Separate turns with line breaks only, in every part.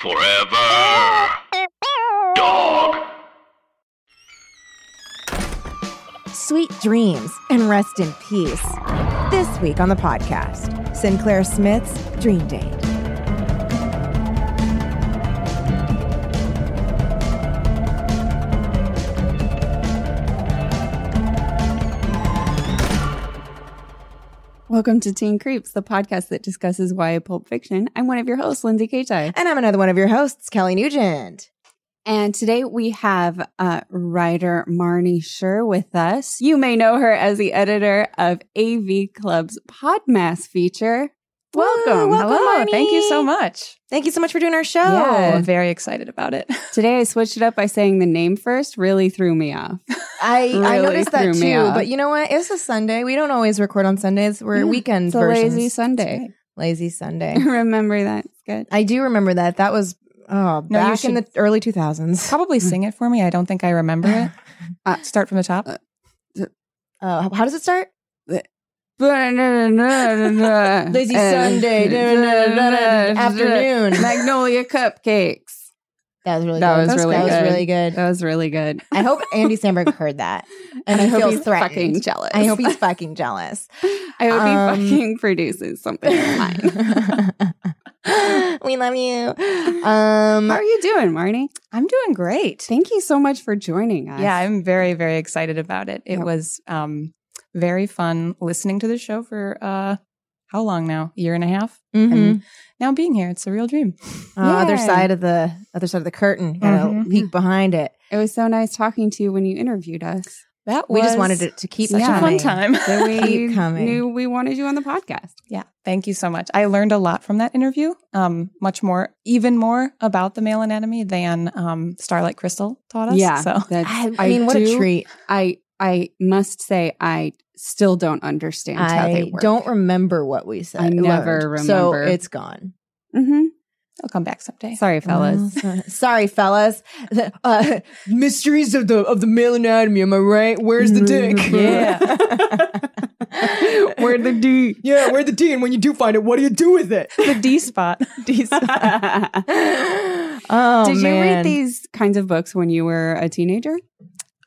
Forever. Dog.
sweet dreams, and rest in peace. This week on the podcast, Sinclair Smith's Dream Date.
Welcome to Teen Creeps, the podcast that discusses YA pulp fiction. I'm one of your hosts, Lindsay Kaitai.
And I'm another one of your hosts, Kelly Nugent.
And today we have uh, writer Marnie Schur with us. You may know her as the editor of AV Club's Podmas feature. Welcome.
Woo, welcome,
Hello, thank you so
Marnie.
much.
Thank you so much for doing our show.
Yeah, I'm very excited about it.
Today I switched it up by saying the name first, really threw me off.
I, I
Really
noticed that
threw me
too,
off.
but you know what? It's a Sunday. We don't always record on Sundays. We're
Yeah,
weekend
It's a
versions.
lazy Sunday.
Lazy Sunday.
Remember that. It's good.
I do remember that. That was oh,
No, you
back in the
should-
early 2000s.
Probably sing it for me. I don't think I remember it.
Uh,
Start from the top.
Oh,
Uh, how does it start?
Lazy
Lazy Sunday afternoon.
Magnolia cupcakes.
That was really
That
good.
was really
that was
good.
really good.
That was really good.
I hope Andy Sandberg heard that. And he feels threatened.
fucking jealous.
I hope he's fucking jealous.
I hope
Um,
he fucking produces something of mine.
we love you. Um,
How are you doing, Marnie?
I'm doing great.
Thank you so much for joining us.
Yeah, I'm very, very excited about it. It
Yep.
was um, very fun listening to the show for uh, how long now? A year and a half?
mhm.
And now being here, it's a real dream.
Uh, other
Yay.
side of the other side of the curtain. Got to
Mhm.
peek behind it.
it was so nice talking to you when you interviewed us.
That
We just
was
wanted it to keep
such a
coming.
fun time.
That we
Keep coming.
knew we wanted you on the podcast.
Yeah, thank you so much. I learned a lot from that interview. Um, much more, even more about the male anatomy than um, Starlight Crystal taught us.
yeah,
so
that's,
I, I mean, what a
do-
treat!
I I must say I still don't understand how they
I
work.
don't remember what we said.
I never
learned. So
remember.
it's gone,
Mm-hmm.
I'll come back someday.
Sorry, fellas.
Well, so- sorry, fellas. The, uh, mysteries of the of the male anatomy. Am I right? Where's the dick? yeah.
We're the D.
yeah, where the D? And when you do find it, what do you do with it?
the D spot. D spot.
oh,
Did you
man.
read these kinds of books when you were a teenager?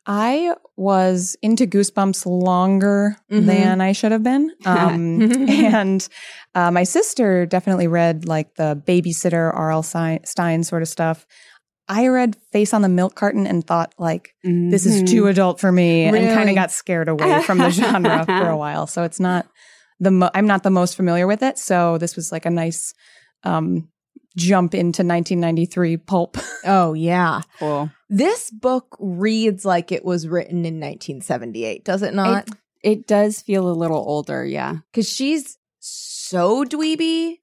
I was into Goosebumps longer
Mm-hmm.
Mhm.
than I should have been. Um, and uh, my sister definitely read like the babysitter R.L. Si- Stein sort of stuff. I read Face on the Milk Carton and thought like this
Mm-hmm.
is too adult for me and kind
Really?
of got scared away from the genre for a while. So it's not the mo- I'm not the most familiar with it. So this was like a nice um, jump into 1993 pulp.
Oh yeah,
cool.
this book reads like it was written in 1978, does it not?
It does feel a little older, yeah.
Because she's so dweeby.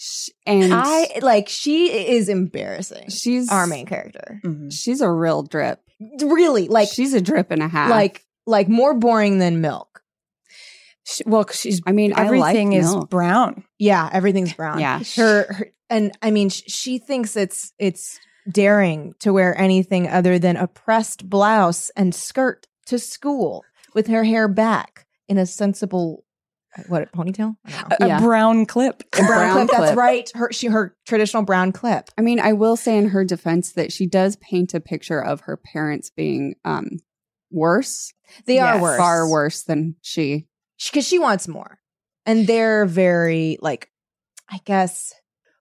Sh- And
I like she is embarrassing.
she's
Our main character,
She's a real drip.
really,
Like
like
she's a drip and a half.
like like more boring than milk.
She, well, she's
I mean,
everything
I like
is
milk.
brown.
Yeah, everything's brown.
Yeah.
her, her and I mean sh- she thinks it's it's daring to wear anything other than a pressed blouse and skirt to school with her hair back in a sensible uh, what ponytail. I don't know.
A, a
Yeah.
brown clip.
A brown,
brown
clip, That's
clip.
right. Her she her traditional brown clip.
I mean, I will say in her defense that she does paint a picture of her parents being um worse,
They are
Yes.
worse.
far worse than she.
because she wants more, and they're very like, I guess.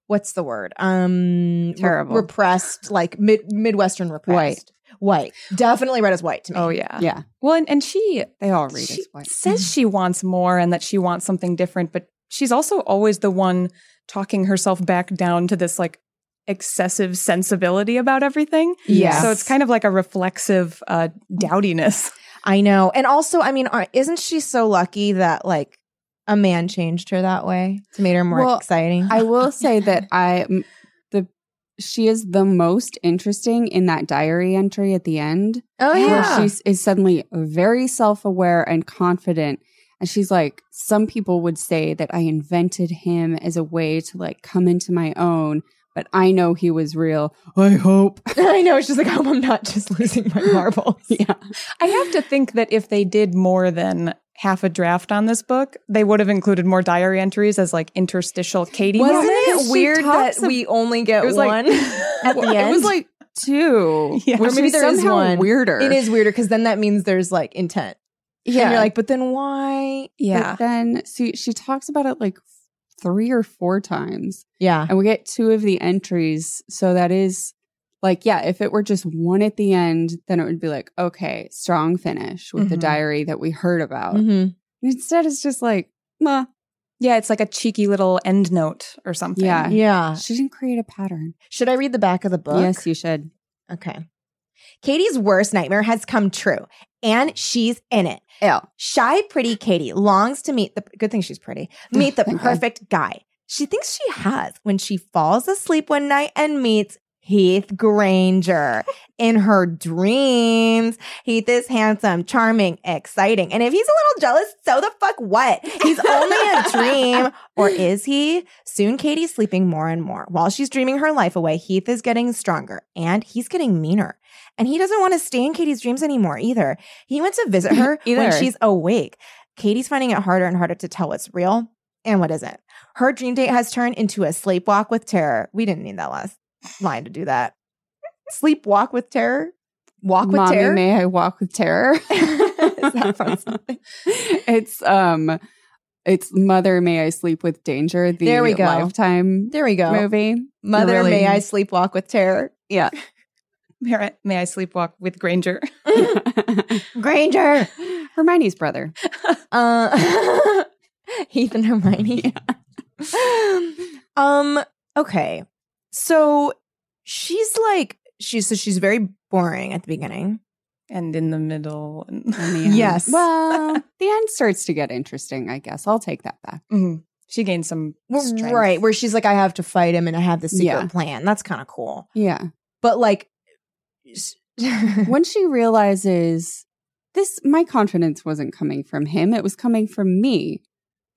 What's the word? Um, re-
Terrible.
repressed, like mid Midwestern repressed. White, white, definitely read as white to me.
Oh yeah.
Yeah,
Well, and, and she
they all read
she
as white.
says she wants more and that she wants something different, but she's also always the one talking herself back down to this like excessive sensibility about everything.
Yeah.
So it's kind of like a reflexive uh, dowdiness.
I know. And also, I mean, aren't- isn't she so lucky that like a man changed her that way to make her more
Well,
exciting?
I will say that I m- the she is the most interesting in that diary entry at the end.
Oh
Where she s- is suddenly very self aware and confident. And she's like, some people would say that I invented him as a way to like come into my own, but I know he was real. I hope.
I know. She's like, I hope I'm not just losing my marbles.
yeah.
I have to think that if they did more than half a draft on this book, they would have included more diary entries as like interstitial Katie.
Wasn't
moments.
it
She
weird
talks
that
ab- we only get
It was like-
one?
At the
It was
end?
like two.
Yeah.
Which
Or maybe
is
there is
somehow
one.
weirder.
it is weirder because then that means there's like intent. Yeah. And you're like, but then why?
Yeah.
But then see, she talks about it like three or four times.
Yeah.
And we get two of the entries. So that is like, yeah, if it were just one at the end, then it would be like, okay, strong finish with
Mm-hmm.
the
Mhm.
diary that we heard about.
Mhm.
Instead, it's just like, meh.
Yeah, it's like a cheeky little end note or something.
Yeah.
Yeah.
She didn't create a pattern.
Should I read the back of the book?
Yes, you should.
Okay. Katie's worst nightmare has come true, and she's in it.
Ew.
Shy, pretty Katie longs to meet the good thing she's pretty, meet the
Thank God.
perfect guy. She thinks she has when she falls asleep one night and meets Heath Granger in her dreams. Heath is handsome, charming, exciting. And if he's a little jealous, so the fuck what? He's only a dream, or is he? Soon Katie's sleeping more and more. While she's dreaming her life away, Heath is getting stronger and he's getting meaner. And he doesn't want to stay in Katie's dreams anymore either. He went to visit her when
Either.
she's awake. Katie's finding it harder and harder to tell what's real and what isn't. Her dream date has turned into a sleepwalk with terror. We didn't need that last line to do that. Sleepwalk with terror? Walk with
Mommy,
terror?
may I walk with terror?
Is that from something?
It's um, it's Mother, May I Sleep with Danger. The
There we go.
Lifetime
There we go.
movie.
Mother,
Really-
may I sleepwalk with terror?
Yeah.
May I, may I sleepwalk with Granger?
Granger.
Hermione's brother.
Uh, Heath and Hermione. um. Okay. So she's like she's so she's very boring at the beginning.
And in the middle. and-
in the end.
Yes.
Well, the end starts to get interesting, I guess. I'll take that back.
Mhm. She gained some.
Well,
strength.
right, where she's like, I have to fight him, and I have the secret
Yeah.
plan. That's kind of cool.
Yeah.
But like, s-
when she realizes this, my confidence wasn't coming from him, it was coming from me.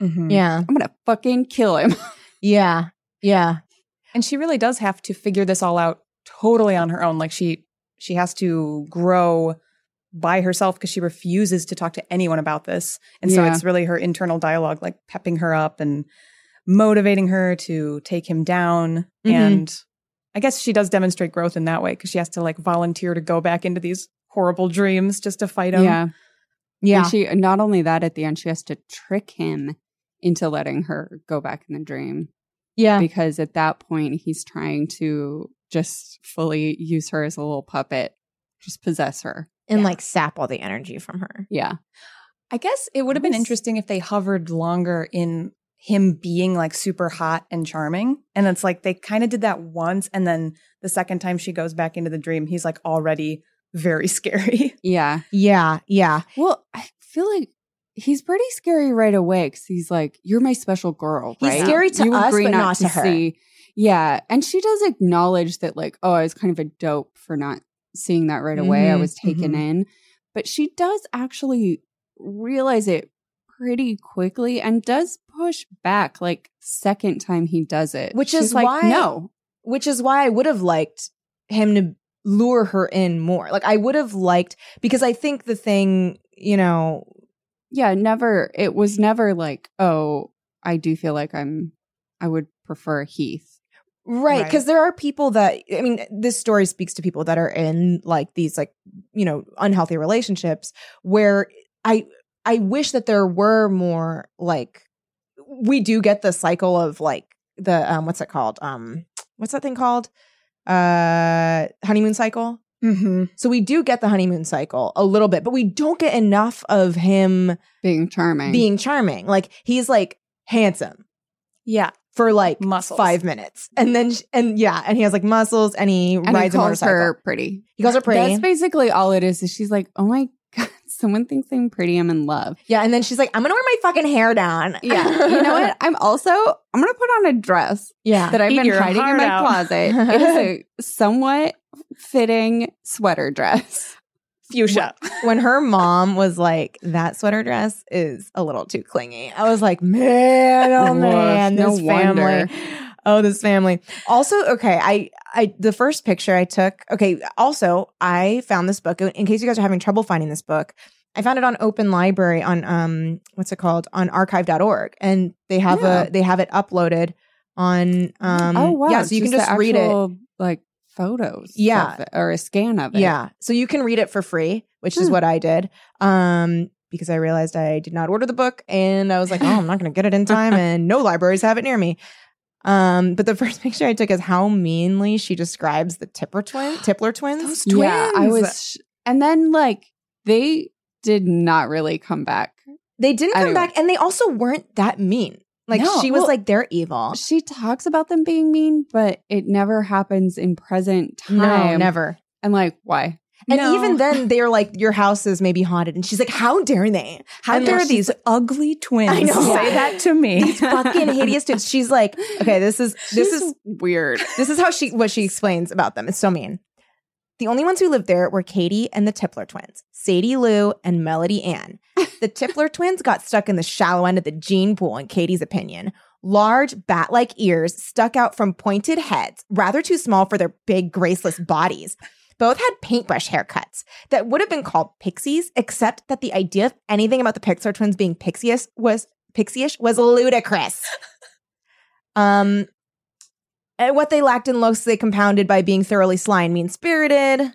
Mm-hmm.
Mhm.
yeah,
I'm going to fucking kill him.
yeah, yeah,
And she really does have to figure this all out totally on her own. Like she she has to grow by herself because she refuses to talk to anyone about this. And so
Yeah.
it's really her internal dialogue like pepping her up and motivating her to take him down
Mm-hmm.
Mhm.
and I guess she does demonstrate growth in that way because she has to like volunteer to go back into these horrible dreams just to fight him.
Yeah.
yeah.
And she, not only that, at the end, she has to trick him into letting her go back in the dream
yeah.
because at that point, he's trying to just fully use her as a little puppet, just possess her.
And like sap all the energy from her.
Yeah.
I guess it would have been
Nice.
interesting if they hovered longer in him being like super hot and charming. And it's like they kind of did that once. And then the second time she goes back into the dream, he's like already very scary.
Yeah.
Yeah, yeah,
Well, I feel like he's pretty scary right away because he's like, "You're my special girl."
He's
right?
scary to
You
us,
agree
but not to her.
Yeah, and she does acknowledge that, like, "Oh, I was kind of a dope for not seeing that right away. I
Mhm,
was taken in," but she does actually realize it pretty quickly and does push back like second time he does it
Which
She's
is
like
why-
no
which is why I would have liked him to lure her in more. Like I would have liked because I think the thing, you know,
yeah never it was never like oh i do feel like i'm i would prefer heath
right
Right.
because there are people that I mean, this story speaks to people that are in like these like you know unhealthy relationships where I I wish that there were more like we do get the cycle of like the um what's it called um what's that thing called uh honeymoon cycle
Mm-hmm.
So we do get the honeymoon cycle a little bit, but we don't get enough of him
being charming
being charming. Like he's like handsome
Yeah.
for like
Muscles.
five minutes, and then sh- and yeah, and he has like muscles, and he
and he
rides a
calls
motorcycle.
her pretty.
he calls her pretty.
That's basically all it is. Is she's like, oh my god, someone thinks I'm pretty, I'm in love.
Yeah, and then she's like, I'm gonna wear my fucking hair down.
Yeah. you know what? I'm also I'm gonna put on a dress
Yeah.
that I've
Eat
been
your
hiding in
heart
my
out.
closet. It is a somewhat fitting sweater dress.
Fuchsia.
when her mom was like, that sweater dress is a little too clingy, I was like, man, oh
Woof,
man,
no
this family.
wonder.
Oh, this family. Also, okay, I, I, the first picture I took, okay, also, I found this book. In case you guys are having trouble finding this book, I found it on Open Library on, um, what's it called? On archive.org. And they have
Yeah.
a, they have it uploaded on, um,
oh wow!
yeah, so you can just
the
read it.
actual, like photos,
Yeah.
of it, or a scan of it.
Yeah. So you can read it for free, which is
Hmm.
what I did. Um, because I realized I did not order the book and I was like, oh, I'm not going to get it in time and no libraries have it near me. Um, but the first picture I took is how meanly she describes the Tipper twin, Tippler twins.
Those twins.
yeah. I was, sh- and then like they did not really come back.
they didn't come
Anyway.
back and they also weren't that mean. Like
No.
she was
Well-
like, they're evil.
She talks about them being mean, but it never happens in present time.
No, never.
And like, why?
And
No.
even then, they're like, your house is maybe haunted. And she's like, how dare they?
How
And
dare
she's
these ugly twins
I know.
say that to me?
These fucking hideous dudes. She's like, okay, this is this
She's
is
weird.
This is how she what she explains about them. It's so mean. The only ones who lived there were Katie and the Tipler twins, Sadie Lou and Melody Ann. The Tipler twins got stuck in the shallow end of the gene pool, in Katie's opinion. Large bat like ears stuck out from pointed heads, rather too small for their big, graceless bodies. Both had paintbrush haircuts that would have been called pixies, except that the idea of anything about the Pixar twins being pixious was pixie-ish was ludicrous. um, and Eh, what they lacked in looks, they compounded by being thoroughly sly and mean spirited.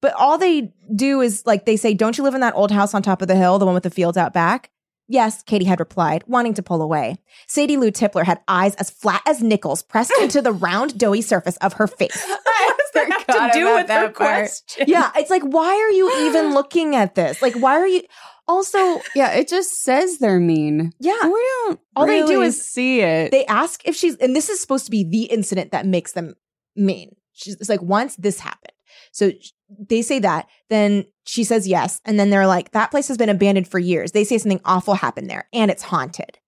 But all they do is like they say, "Don't you live in that old house on top of the hill, the one with the fields out back?" Yes, Katie had replied, wanting to pull away. Sadie Lou Tipler had eyes as flat as nickels pressed into the round, doughy surface of her face.
What does that have
forgot
to do
about
with
that
her
part.
question?
yeah, it's like, why are you even looking at this? Like, why are you? Also,
yeah, it just says they're mean. We
yeah,
don't.
All they do
really
is-
see it.
they ask if she's, and this is supposed to be the incident that makes them mean. She's it's like, once this happened. So sh- they say that, then she says yes. And then they're like, that place has been abandoned for years. They say something awful happened there and it's haunted.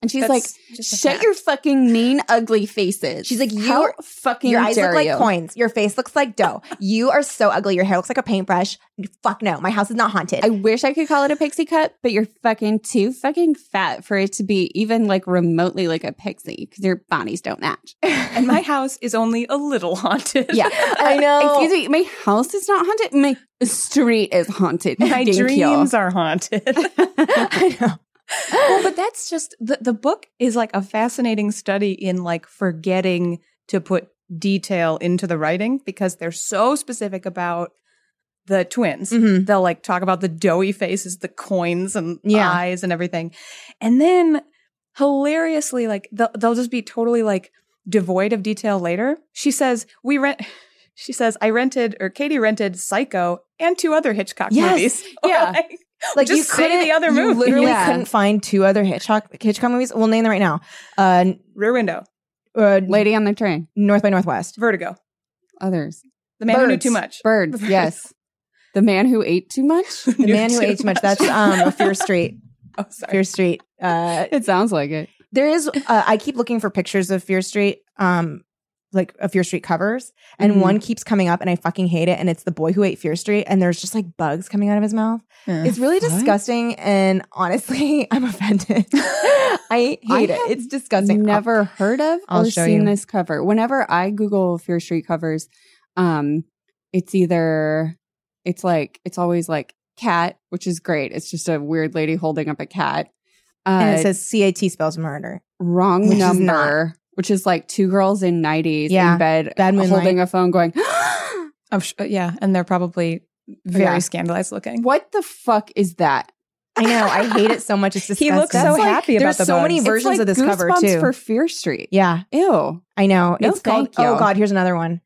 and she's
That's
like,
just a
"Shut
fact.
your fucking mean, ugly faces."
She's like, you-
How fucking
Your eyes
dare
look like
you?
coins. Your face looks like dough. you are so ugly. Your hair looks like a paintbrush. Fuck no. My house is not haunted.
I wish I could call it a pixie cut, but you're fucking too fucking fat for it to be even like remotely like a pixie because your bodies don't match.
And my house is only a little haunted.
Yeah.
I know.
Excuse me, my house is not haunted. My street is haunted.
My
Thank you.
dreams are haunted.
I know.
well, but that's just the, the book is like a fascinating study in like forgetting to put detail into the writing because they're so specific about the twins.
Mhm.
They'll like talk about the doughy faces, the coins and
Yeah.
eyes and everything. And then hilariously, like they'll, they'll just be totally like devoid of detail later. She says, We rent. She says, I rented or Katie rented Psycho and two other Hitchcock
Yes.
movies.
Yeah.
Like,
like
Just
you
say
couldn't-
the other
you
movie.
literally
Yeah.
couldn't find two other Hitchcock Hitchcock movies. We'll name them right now. Uh,
Rear Window,
uh
Lady on the train.
North by Northwest.
Vertigo,
Others.
The Man Who Knew
Birds.
Too Much.
Birds. Yes. the man who ate too much.
The man who ate too much. That's um Fear Street.
oh, sorry.
Fear Street. Uh,
It sounds like it.
there is. Uh, I keep looking for pictures of Fear Street. Um, like of Fear Street covers, and
Mhm.
one keeps coming up, and I fucking hate it. And it's the boy who ate Fear Street, and there's just like bugs coming out of his mouth. It's really
What?
disgusting, and honestly, I'm offended. I hate
I
it.
have
It's disgusting. Oh,
Never heard of
I'll
or
show
seen
you.
this cover. Whenever I Google Fear Street covers, um, it's either it's like it's always like cat, which is great. It's just a weird lady holding up a cat. Uh,
and it says C A T spells murder.
wrong
which is
number, which is like two girls in nineties
Yeah.
in bed,
Bad moonlight.
holding a phone, going,
I'm oh, sh- yeah, and they're probably very
Yeah.
scandalized looking.
"What the fuck is that?"
I know. I hate it so much. It's
He
disgusting.
looks so
That's like-
happy about
there's
the
so many
bugs.
It's
versions
like
of this cover
Goosebumps
too.
for Fear Street.
yeah,
Ew.
I know.
No,
it's called.
thank you.
Oh God, here's another one.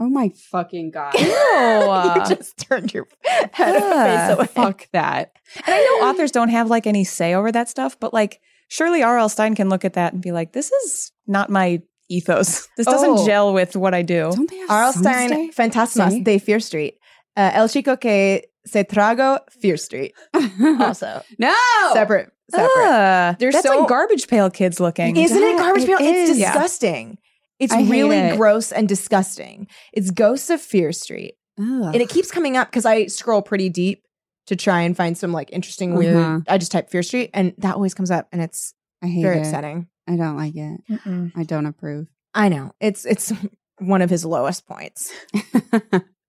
Oh my fucking god.
you just turned your head
Ah,
and face away.
fuck that.
and I know authors don't have like any say over that stuff, but like surely R.L. Stein can look at that and be like, "This is not my ethos. This doesn't
Oh.
gel with what I do."
Don't they have
R.L.
some
Stein,
stay?
Fantasmas
Stay?
de Fear Street, uh, El Chico que Se Trago, Fear Street. Also,
no.
separate, separate.
Ah,
They're
that's
so-
like garbage pail kids looking.
Isn't it
Yeah,
garbage
it
pail? It's
is. Yeah.
disgusting. It's
I hate
really
it.
gross and disgusting. It's Ghosts of Fear Street.
Ugh.
And it keeps coming up because I scroll pretty deep to try and find some like interesting, weird.
Uh-huh.
I just type Fear Street and that always comes up and it's
I hate
very
it.
upsetting.
I don't like it. I don't approve.
I know. It's it's one of his lowest points.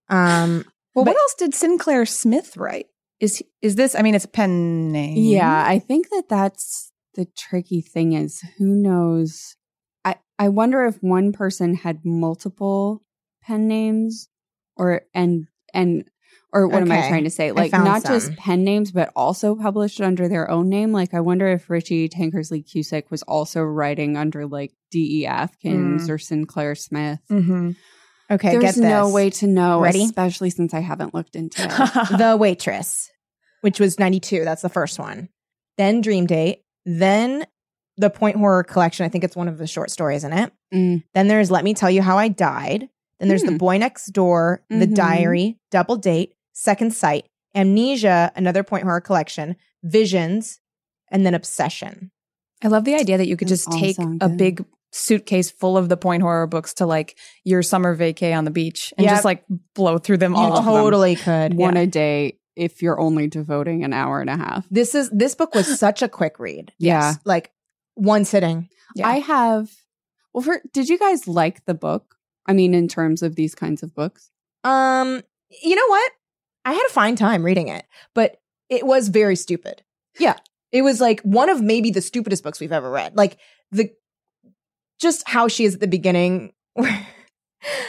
Um
Well,
But-
what else did Sinclair Smith write? Is is this? I mean, it's a pen name.
Mm-hmm.
Yeah, I think that that's the tricky thing is who knows. I I wonder if one person had multiple pen names or and and or what am I
Okay,
trying to say? Like
found
not
some.
just pen names but also published under their own name. Like I wonder if Richie Tankersley Cusick was also writing under like D.E. Atkins or Sinclair Smith.
Mm-hmm.
okay,
There's
Mm. get this.
no way to know,
Ready?
especially since I haven't looked into it.
the Waitress, which was 92. That's the first one. Then Dream Date. Then the Point Horror Collection. I think it's one of the short stories in it.
Mm.
Then there's Let Me Tell You How I Died. Then there's The
Hmm.
Boy Next Door, The
Mhm.
Diary, Double Date, Second Sight, Amnesia, another Point Horror Collection, Visions, and then Obsession.
I love the idea that you could
Those
just
all
take
sound
a
good.
big suitcase full of the point horror books to like your summer vacay on the beach and
Yep.
just like blow through them all.
you
of them.
totally could.
One
Yeah.
a day if you're only devoting an hour and a half.
This is this book was such a quick read.
Yeah.
Like one sitting.
Yeah.
I have. Well, for did you guys like the book? I mean, in terms of these kinds of books,
Um, you know what? I had a fine time reading it, but it was very stupid. Yeah. It was like one of maybe the stupidest books we've ever read. Like the just how she is at the beginning where,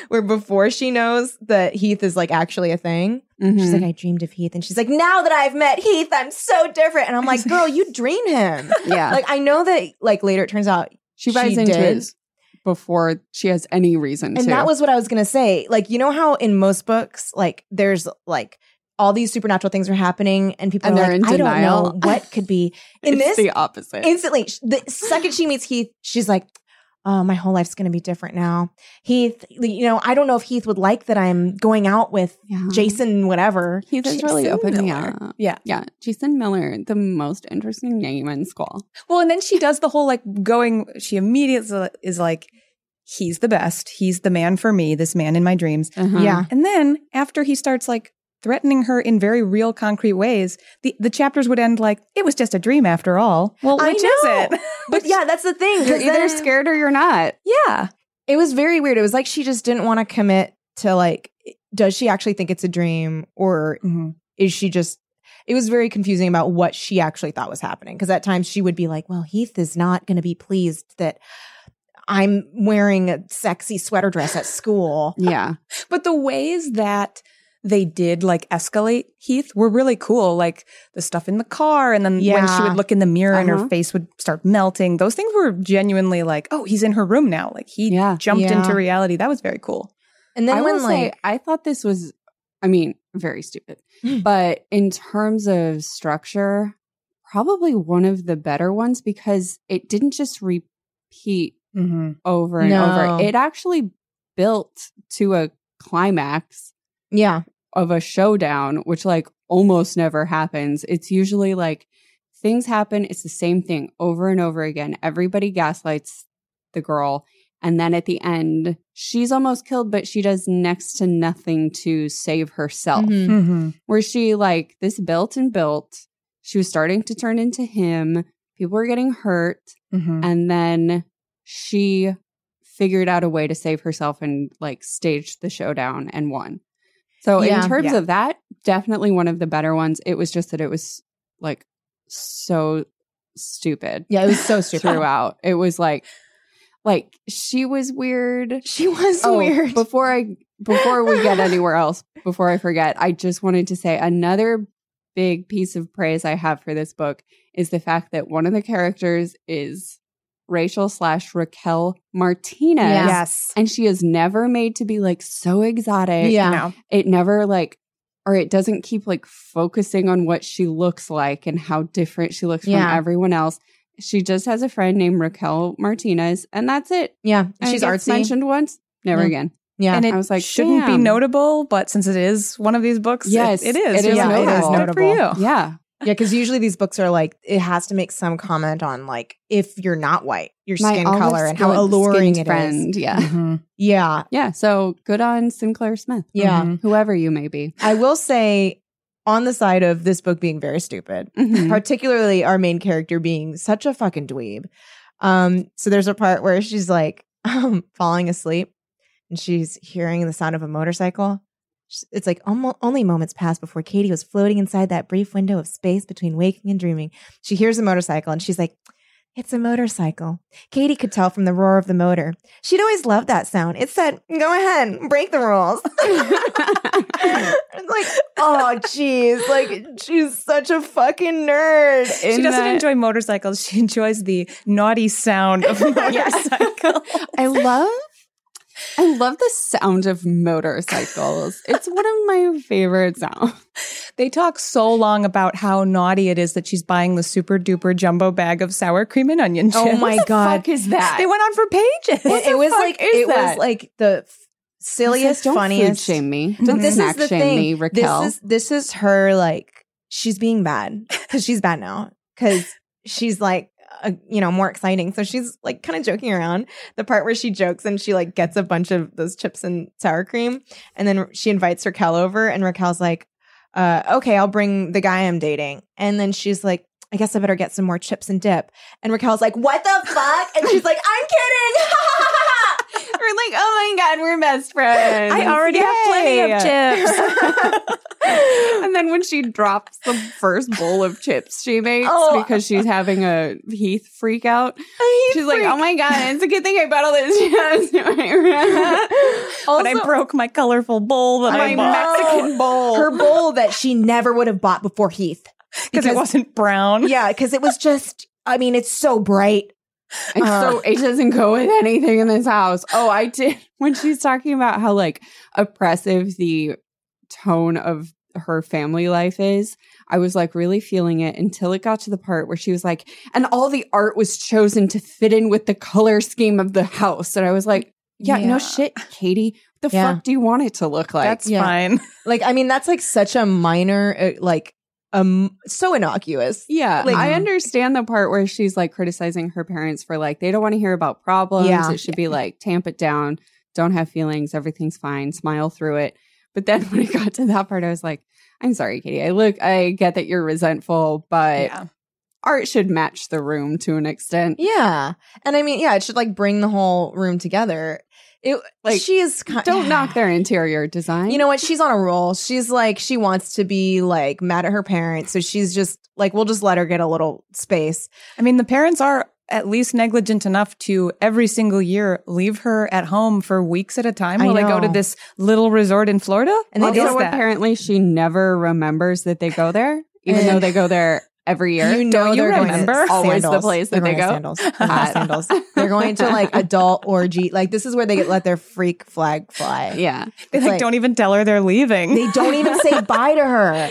where before she knows that Heath is like actually a thing. She's like, I dreamed of Heath. And she's like, now that I've met Heath, I'm so different. And I'm like, girl, you dream him.
yeah,
Like I know that like later it turns out
she buys
she
into
did.
it before she has any reason
And
to.
that was what I was gonna say. Like, you know how in most books, like there's like all these supernatural things are happening, and people
And
are
they're
like,
in
I don't know
denial."
what could be. In
It's
this,
the opposite.
instantly, sh- the second she meets Heath, she's like, "Oh, my whole life's gonna be different now." Heath, you know, I don't know if Heath would like that I'm going out with
yeah.
Jason, whatever.
He's Uh-huh. really
Jason
opening
Miller.
up.
Yeah.
yeah. Jason Miller, the most interesting name in school.
Well, and then she does the whole like going. She immediately is like, "He's the best. He's the man for me. This man in my dreams."
Uh-huh.
Yeah,
And then after he starts like threatening her in very real, concrete ways, the the chapters would end like, "It was just a dream after all." Well,
I
which
know.
is it?
but yeah, that's the thing.
you're
'cause
either
then-
scared or you're not.
yeah.
It was very weird. It was like she just didn't want to commit to like. Does she actually think it's a dream, or
Mm-hmm.
is she just it was very confusing about what she actually thought was happening because at times she would be like well heath is not going to be pleased that i'm wearing a sexy sweater dress at school
Yeah,
But the ways that they did like escalate Heath were really cool. Like the stuff in the car, and then when
Yeah.
she would look in the mirror and
Uh-huh.
her face would start melting. Those things were genuinely like, oh, he's in her room now. Like he
yeah.
jumped
Yeah.
into reality. That was very cool.
and then
I
when
will say,
like
I thought this was, I mean, very stupid,
Mm.
but in terms of structure, probably one of the better ones because it didn't just repeat
Mm-hmm.
over and
No.
over. It actually built to a climax
yeah
of a showdown, which like almost never happens. It's usually like things happen, it's the same thing over and over again. Everybody gaslights the girl. And then at the end, she's almost killed, but she does next to nothing to save herself.
Mhm.
Mm-hmm.
Where she like this built and built. She was starting to turn into him. People were getting hurt.
Mm-hmm.
And then she figured out a way to save herself and like staged the showdown and won. So
Yeah.
in terms
Yeah.
of that, definitely one of the better ones. It was just that it was like so stupid
yeah it was so stupid
throughout. It was like like she was weird.
she was
Oh,
weird
Before I before we get anywhere else, before I forget, I just wanted to say another big piece of praise I have for this book is the fact that one of the characters is Rachel slash Raquel Martinez.
Yeah.
Yes.
And she is never made to be like so exotic.
Yeah.
No.
It never like or it doesn't keep like focusing on what she looks like and how different she looks
Yeah.
from everyone else. She just has a friend named Raquel Martinez, and that's it.
yeah
And
she's
it gets
artsy
mentioned once, never
Yeah.
again.
Yeah.
and it
I was like,
shouldn't be
"Damn."
notable, but since it is one of these books, it-
Yes,
it is.
it is
yeah,
notable.
Good for you.
Yeah.
yeah, because usually these books are like it has to make some comment on like if you're not white, your
My
skin
olive
color and how
skin-
alluring
skinned
it is. Mm-hmm.
friend. Yeah.
Mhm.
Yeah,
Yeah. So good on Sinclair Smith.
yeah.
Mhm.
Whoever you may be.
I will say on the side of this book being very stupid,
Mhm.
particularly our main character being such a fucking dweeb. Um, so there's a part where she's like um, falling asleep and she's hearing the sound of a motorcycle. She's- It's like almo- only moments passed before Katie was floating inside that brief window of space between waking and dreaming. She hears a motorcycle and she's like, it's a motorcycle. Katie could tell from the roar of the motor. She'd always loved that sound. It said, go ahead, break the rules. like, oh, jeez. Like, she's such a fucking nerd.
She
In
doesn't
that-
enjoy motorcycles. She enjoys the naughty sound of motorcycle.
I love I love the sound of motorcycles. it's one of my favorite sounds.
They talk so long about how naughty it is that she's buying the super duper jumbo bag of sour cream and onion chips.
Oh my god!
fuck is that?
They went on for pages.
It, it was
fuck
like
is
it was
that?
like the f- silliest,
Don't
funniest.
food shame me.
But
Don't
this
snack
is the
shame
thing.
me, Mm-hmm. Raquel.
This is this is her like she's being bad because she's bad now because she's like. Uh, you know, more exciting. So she's like kind of joking around. The part where she jokes and she like gets a bunch of those chips and sour cream, and then she invites Raquel over, and Raquel's like, uh, "Okay, I'll bring the guy I'm dating." And then she's like, "I guess I better get some more chips and dip." And Raquel's like, "What the fuck?" And she's like, "I'm kidding." we're like, "Oh my god, we're best friends."
I already have plenty of chips.
and then when she drops the first bowl of chips she makes
Oh.
because she's having a Heath freak out, she's like, "Oh my god, it's a good thing I bought all this chips."
but I broke my colorful bowl that
my
I bought
Mexican bowl.
her bowl that she never would have bought before Heath.
because it wasn't brown.
Yeah, because it was just. I mean, it's so bright.
And so it doesn't go with anything in this house. Oh, I did when she's talking about how like oppressive the tone of her family life is. I was like really feeling it until it got to the part where she was like, and all the art was chosen to fit in with the color scheme of the house. And I was like, yeah,
Yeah.
no shit, Katie. What the
Yeah.
fuck do you want it to look like?
That's
Yeah.
fine.
Like, I mean, that's like such a minor, uh, like, um, so innocuous.
Yeah,
Like-
I understand the part where she's like criticizing her parents for like they don't want to hear about problems.
Yeah.
It should be like tamp it down, don't have feelings, everything's fine, smile through it. But then when it got to that part, I was like, I'm sorry, Katie. I look, I get that you're resentful, but
Yeah.
art should match the room to an extent.
Yeah, and I mean, yeah, it should like bring the whole room together. It like
Like,
she is kind
Don't knock their interior design.
You know what? She's on a roll. She's like, she wants to be like mad at her parents. So she's just like, we'll just let her get a little space.
I mean, the parents are at least negligent enough to every single year leave her at home for weeks at a time
I
while they go to
know.
this little resort in Florida.
And they
What
don't-
is
also,
that?
apparently, she never remembers that they go there, even though they go there every year.
You know,
Don't you
they're going to
remember?
Always the
sandals.
place that
They're
they
going to
go.
Sandals. They're going to sandals. They're going to like adult orgy. Like this is where they let their freak flag fly.
yeah.
They like,
like-
don't even tell her they're leaving.
They don't even say bye to her.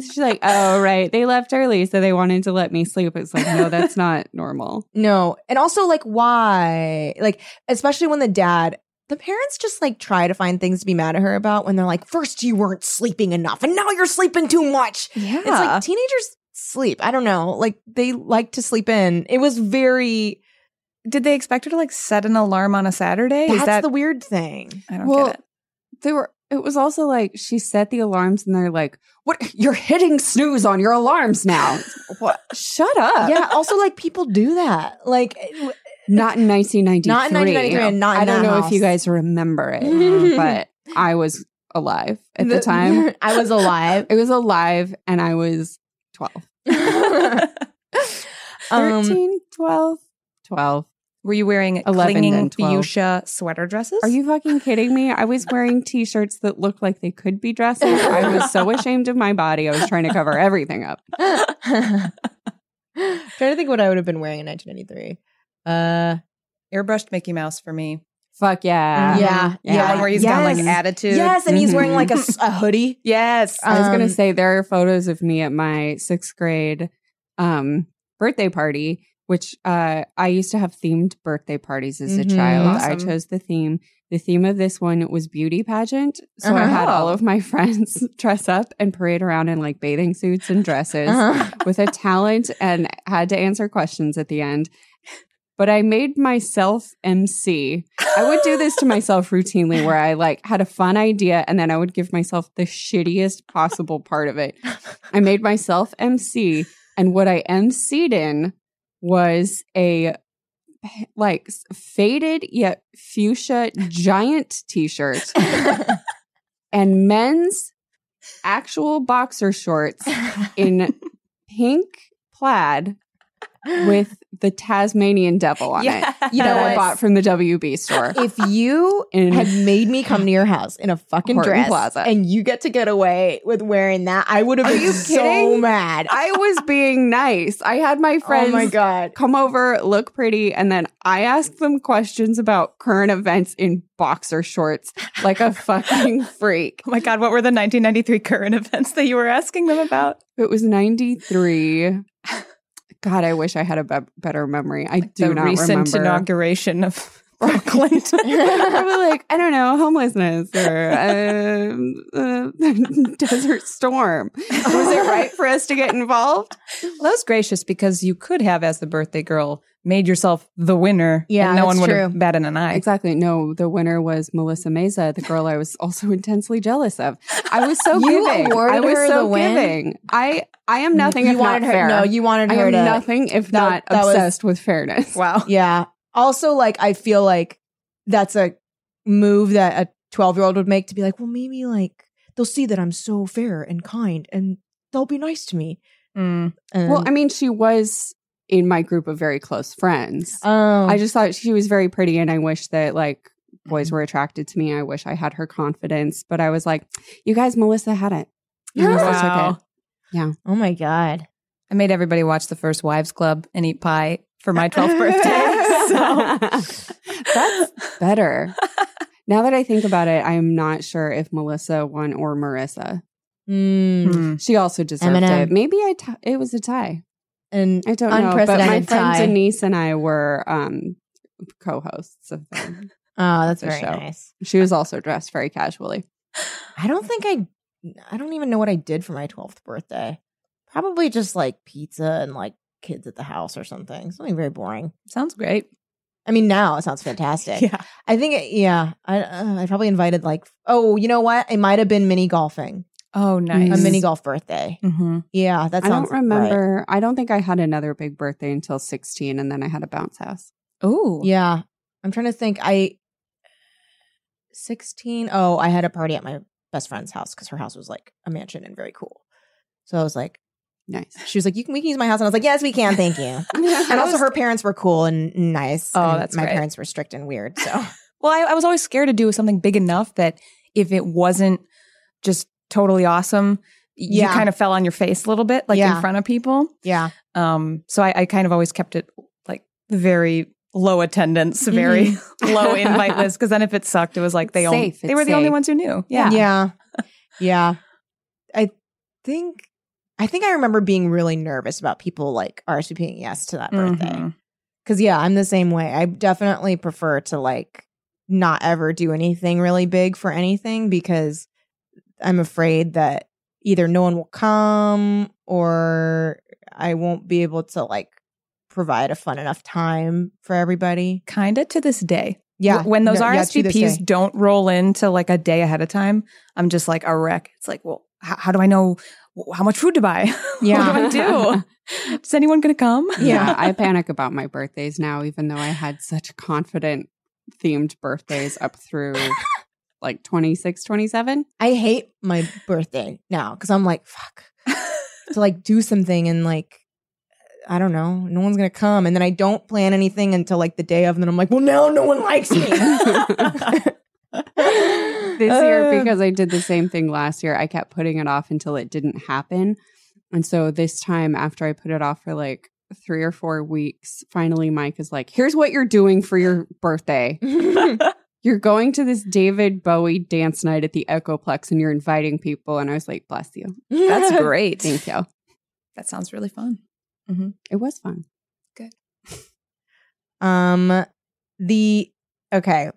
She's like, oh, right. They left early, so they wanted to let me sleep. It's like, no, that's not normal.
No. And also like why? Like especially when the dad the parents just like try to find things to be mad at her about when they're like, first you weren't sleeping enough and now you're sleeping too much.
yeah.
It's like teenagers sleep. I don't know. Like they like to sleep in. It was very
did they expect her to like set an alarm on a Saturday?
that's
Is that
the weird thing.
I don't get it.
They were, it was also like she set the alarms and they're like, what? You're hitting snooze on your alarms now. what? Shut up.
yeah. Also, like people do that. Like
Not in 1993.
Not in 1993 and not in
I don't
that
know
house.
if you guys remember it, but I was alive at the, time.
I was alive.
I was alive and I was 12.
Um,
13, 12, 12.
Were you wearing
11
clinging
and 12.
fuchsia sweater dresses?
Are you fucking kidding me? I was wearing t shirts that looked like they could be dresses. I was so ashamed of my body. I was trying to cover everything up.
trying to think what I would have been wearing in 1993. Uh,
airbrushed Mickey Mouse for me?
Fuck yeah.
Mm-hmm. yeah,
Yeah.
The one where he's got like
Yes.
attitude.
yes, and he's wearing
Mhm.
like a, s- a hoodie.
Yes.
I was going
Um,
to say there are photos of me at my sixth grade um, birthday party, which uh, I used to have themed birthday parties as
Mhm.
a child. I
Awesome.
chose the theme. The theme of this one was beauty pageant. So I had
Uh-huh.
all of my friends dress up and parade around in like bathing suits and dresses
Uh-huh.
with a talent and had to answer questions at the end. But I made myself MC. I would do this to myself routinely where I like had a fun idea and then I would give myself the shittiest possible part of it. I made myself MC and what I MC'd in was a like s- faded yet fuchsia giant t-shirt and men's actual boxer shorts in pink plaid with the Tasmanian devil on it
You know
that I
what?
bought from the WB store.
if you
In-
had made me come to your house in a fucking
Horton
dress
Plaza.
and you get to get away with wearing that, I would have
Are
been
you
so
kidding?
mad.
I was being nice. I had my friends
Oh my god.
come over, look pretty, and then I asked them questions about current events in boxer shorts like a fucking freak.
Oh my God, what were the 1993 current events that you were asking them about?
It was 93. God, I wish I had a be- better memory. I do
the
not
recent
remember.
inauguration of Bill Clinton.
Probably like I don't know homelessness or um, uh, desert storm. Was it right for us to get involved?
that was gracious because you could have, as the birthday girl, made yourself the winner.
Yeah,
and no
that's
one would
true.
have batted an eye.
Exactly. No, the winner was Melissa Meza, the girl I was also intensely jealous of. I was so
You
giving.
awarded
I was
her
so
the win?
giving. I I am nothing
you
if
wanted
not
her
fair.
no, you wanted
I oh.
her
am
to
nothing if
that-
not
that was-
obsessed with fairness.
Wow.
Yeah. Also, like, I feel like that's a move that a 12 year old would make to be like, well, maybe like they'll see that I'm so fair and kind and they'll be nice to me.
Mm.
And,
Well, I mean, she was in my group of very close friends.
oh,
I just thought she was very pretty, and I wish that like
Mm-hmm.
boys were attracted to me. I wish I had her confidence, but I was like, you guys, Melissa had it. And I was like,
Wow.
"Okay."
oh my God.
I made everybody watch the first Wives Club and eat pie for my 12th birthday.
That's better. Now that I think about it, I am not sure if Melissa won or Marissa.
So.
Mm.
Mm.
She also deserved
Eminem.
it. Maybe I t- it was a tie.
And
I don't know. But my
Unprecedented
friend
tie.
Denise and I were um, co-hosts of the
oh, that's
The
very
show.
nice.
She was also dressed very casually.
I don't think I, I don't even know what I did for my 12th birthday. Probably just like pizza and like kids at the house or something. Something very boring.
Sounds great.
I mean, now it sounds fantastic.
Yeah.
I think, it, yeah, I uh, I probably invited like, oh, you know what? It might have been mini golfing,
Oh,
nice.
a
Mm.
mini golf birthday.
Mm-hmm.
Yeah, that
I
sounds.
don't
right.
remember. I don't think I had another big birthday until 16, and then I had a bounce house.
Ooh.
Yeah, I'm trying to think. I sixteen. Oh, I had a party at my best friend's house because her house was like a mansion and very cool. So I was like,
Nice.
she was like, you can we can use my house, and I was like, yes, we can, thank you.
I
And also,
was-
her parents were cool and nice.
Oh,
and
that's
my
great.
parents were strict and weird. So
Well, I, I was always scared to do something big enough that if it wasn't just totally awesome, y- you
Yeah.
kind of fell on your face a little bit, like
Yeah.
in front of people.
yeah,
Um, so I, I kind of always kept it like very low attendance, very low invite list. Because then if it sucked, it was like they
It's
only
safe,
they
it's
were the only
safe.
ones who knew.
Yeah.
Yeah,
yeah, yeah. I think. I think I remember being really nervous about people like RSVPing yes to that birthday.
Mhm.
Cause yeah, I'm the same way. I definitely prefer to like not ever do anything really big for anything because I'm afraid that either no one will come or I won't be able to like provide a fun enough time for everybody.
Kinda to this day.
Yeah.
Wh- When those
No, yeah, to this
RSVPs
day.
don't roll into like a day ahead of time, I'm just like a wreck. It's like, well, how, how do I know wh- how much food to buy?
Yeah.
what do I do? Is anyone going to come?
yeah, I panic about my birthdays now, even though I had such confident themed birthdays up through like 26, 27.
I hate my birthday now because I'm like, fuck, to like do something and like, I don't know, no one's gonna come. And then I don't plan anything until like the day of, and then I'm like, well, now no one likes me.
This
Uh.
year, because I did the same thing last year, I kept putting it off until it didn't happen. And so this time, after I put it off for like three or four weeks, finally Mike is like, here's what you're doing for your birthday. you're going to this David Bowie dance night at the Echoplex and you're inviting people. And I was like, bless you.
That's great.
Thank you.
That sounds really fun.
It was fun.
Um, the okay,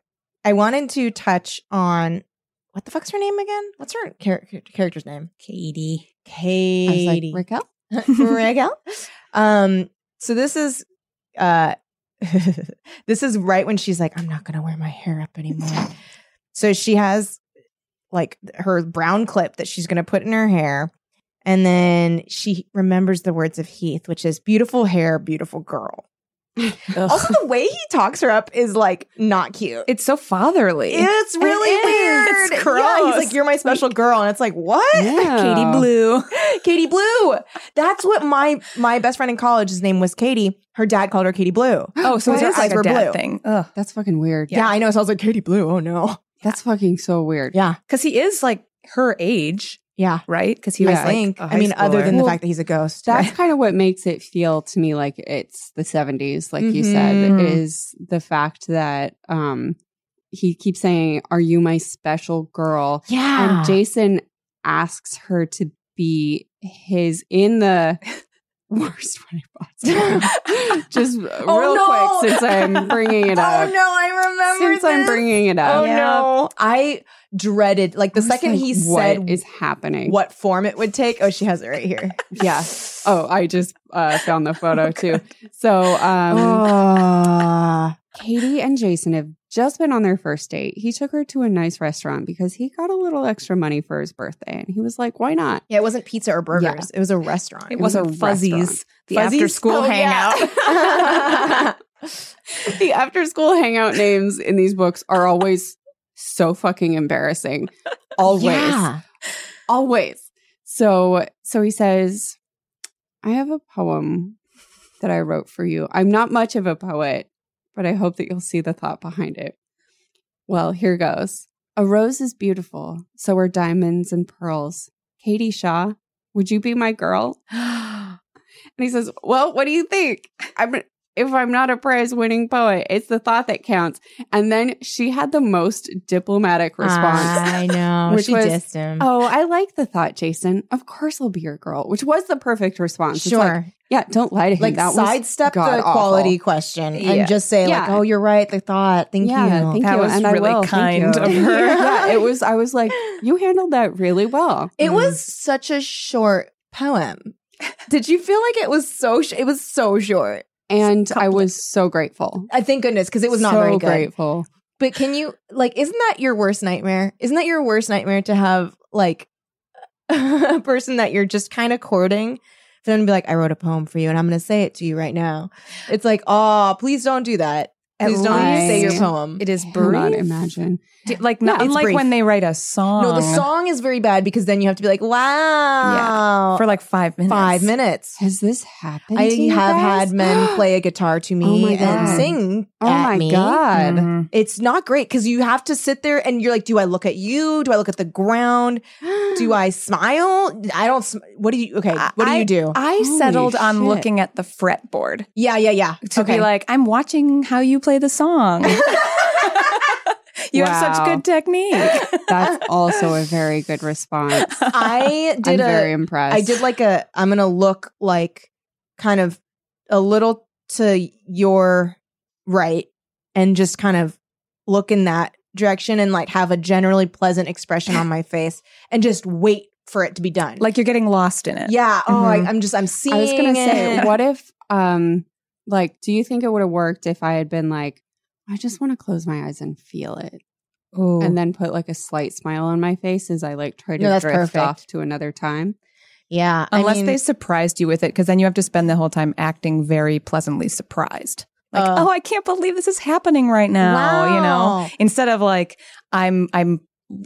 I wanted to touch on what the fuck's her name again? What's her char- character's name?
Katie.
Katie.
I was like, Raquel?
Raquel. Um, so this is uh this is right when she's like, I'm not gonna wear my hair up anymore. so she has like her brown clip that she's gonna put in her hair. And then she remembers the words of Heath, which is beautiful hair, beautiful girl. Also, the way he talks her up is like not cute.
It's so fatherly.
It's
It is.
really weird.
It's
Yeah, he's
gross.
like, you're my special girl. And it's like, what?
Yeah.
Katie Blue.
Katie Blue. That's what my my best friend in college, his name was Katie. Her dad called her Katie Blue.
Oh, so
Why
it
is
is like
that
a
we're
dad
blue?
thing. Ugh.
That's fucking weird.
Yeah, I know. So I was like, Katie Blue, oh no.
That's fucking so weird.
Yeah.
Because he is like her age,
Yeah.
right? Because he
Yeah,
was
I
like,
think.
a
I
high
mean, other
schooler.
than the
Well,
fact that he's a ghost.
That's
right?
kind of what makes it feel to me like it's the 70s, like you
Mm-hmm.
said,
Mhm.
is the fact that um he keeps saying, Are you my special girl?
yeah.
And Jason asks her to be his in the worst one I possible. Just real
no.
quick, since I'm bringing it
oh
up.
no, I remember.
Since I'm
this.
bringing it up.
Oh
Yeah.
no. I dreaded like the
I was
second
like,
he
what
said
is happening.
what form it would take. Oh, she has it right here.
Yeah. Oh, I just uh, found the photo too. So, um,
Oh. Ah.
Katie and Jason have just been on their first date. He took her to a nice restaurant because he got a little extra money for his birthday, and he was like, "Why not?"
yeah, it wasn't pizza or burgers. It was a restaurant.
it
was
wasn't
a
fuzzies,
restaurant.
the
Fuzzies?
after school
Oh, yeah.
hangout.
the after school hangout names in these books are always so fucking embarrassing. Always.
Yeah.
Always. So so he says, I have a poem that I wrote for you. I'm not much of a poet, but I hope that you'll see the thought behind it. Well, here goes. A rose is beautiful, so are diamonds and pearls. Katie Shaw, would you be my girl? And he says, Well, what do you think? I'm if I'm not a prize winning poet, it's the thought that counts. And then she had the most diplomatic response.
I know.
Which
she
was-
dissed him.
Oh, I like the thought, Jason. Of course I'll be your girl, which was the perfect response. It's like,
sure.
yeah, don't lie to him.
Like,
that was
sidestep the
god-awful.
quality question
Yeah.
and just say like,
Yeah.
"Oh, you're right." The thought. Thank
yeah,
you.
thank
That
you.
was
and
really
I will. Thank
kind
you.
of her.
yeah, it was. I was like, you handled that really well.
it was
Mm.
such a short poem. Did you feel like it was so? Sh- it was so short.
and I was so grateful.
I thank goodness because it was not
so
very good.
grateful.
But can you like? Isn't that your worst nightmare? Isn't that your worst nightmare to have like a person that you're just kind of courting? For them to be like, I wrote a poem for you, and I'm going to say it to you right now. It's like, oh, please don't do that.
At
Please don't
least-
say your poem.
It is
Cannot
brief.
imagine.
D- Like not
it's
unlike
brief.
when they write a song.
No, the song is very bad because then you have to be like, wow,
for like five minutes.
five minutes.
Has this happened?
I
to you
have
guys?
had men play a guitar to
Oh
me
my
and
God.
sing
Oh
at
my
me.
god!
Mhm.
It's not great because you have to sit there and you're like, do I look at you? Do I look at the ground? Do I smile? I don't. Sm- what do you? Okay, what do you do?
I
Holy
settled on
shit.
looking at the fretboard
yeah, yeah, yeah.
to
okay.
be like, I'm watching how you play the song. you have
Wow.
such good technique.
That's also a very good response.
I
I'm
did a.
very impressed.
I did like a I'm gonna look like kind of a little to your right and just kind of look in that direction and like have a generally pleasant expression on my face and just wait for it to be done.
like you're getting lost in it.
yeah, oh,
Mhm.
I, I'm just I'm seeing.
I was gonna say,
it.
what if, um, like, do you think it would have worked if I had been like, I just want to close my eyes and feel it,
Ooh.
and then put like a slight smile on my face as I like try to
No, that's
drift
perfect.
off to another time?
yeah, I
Unless
mean,
they surprised you with it, because then you have to spend the whole time acting very pleasantly surprised. Like,
Oh.
oh, I can't believe this is happening right now. You know,
Wow.
instead of like, I'm I'm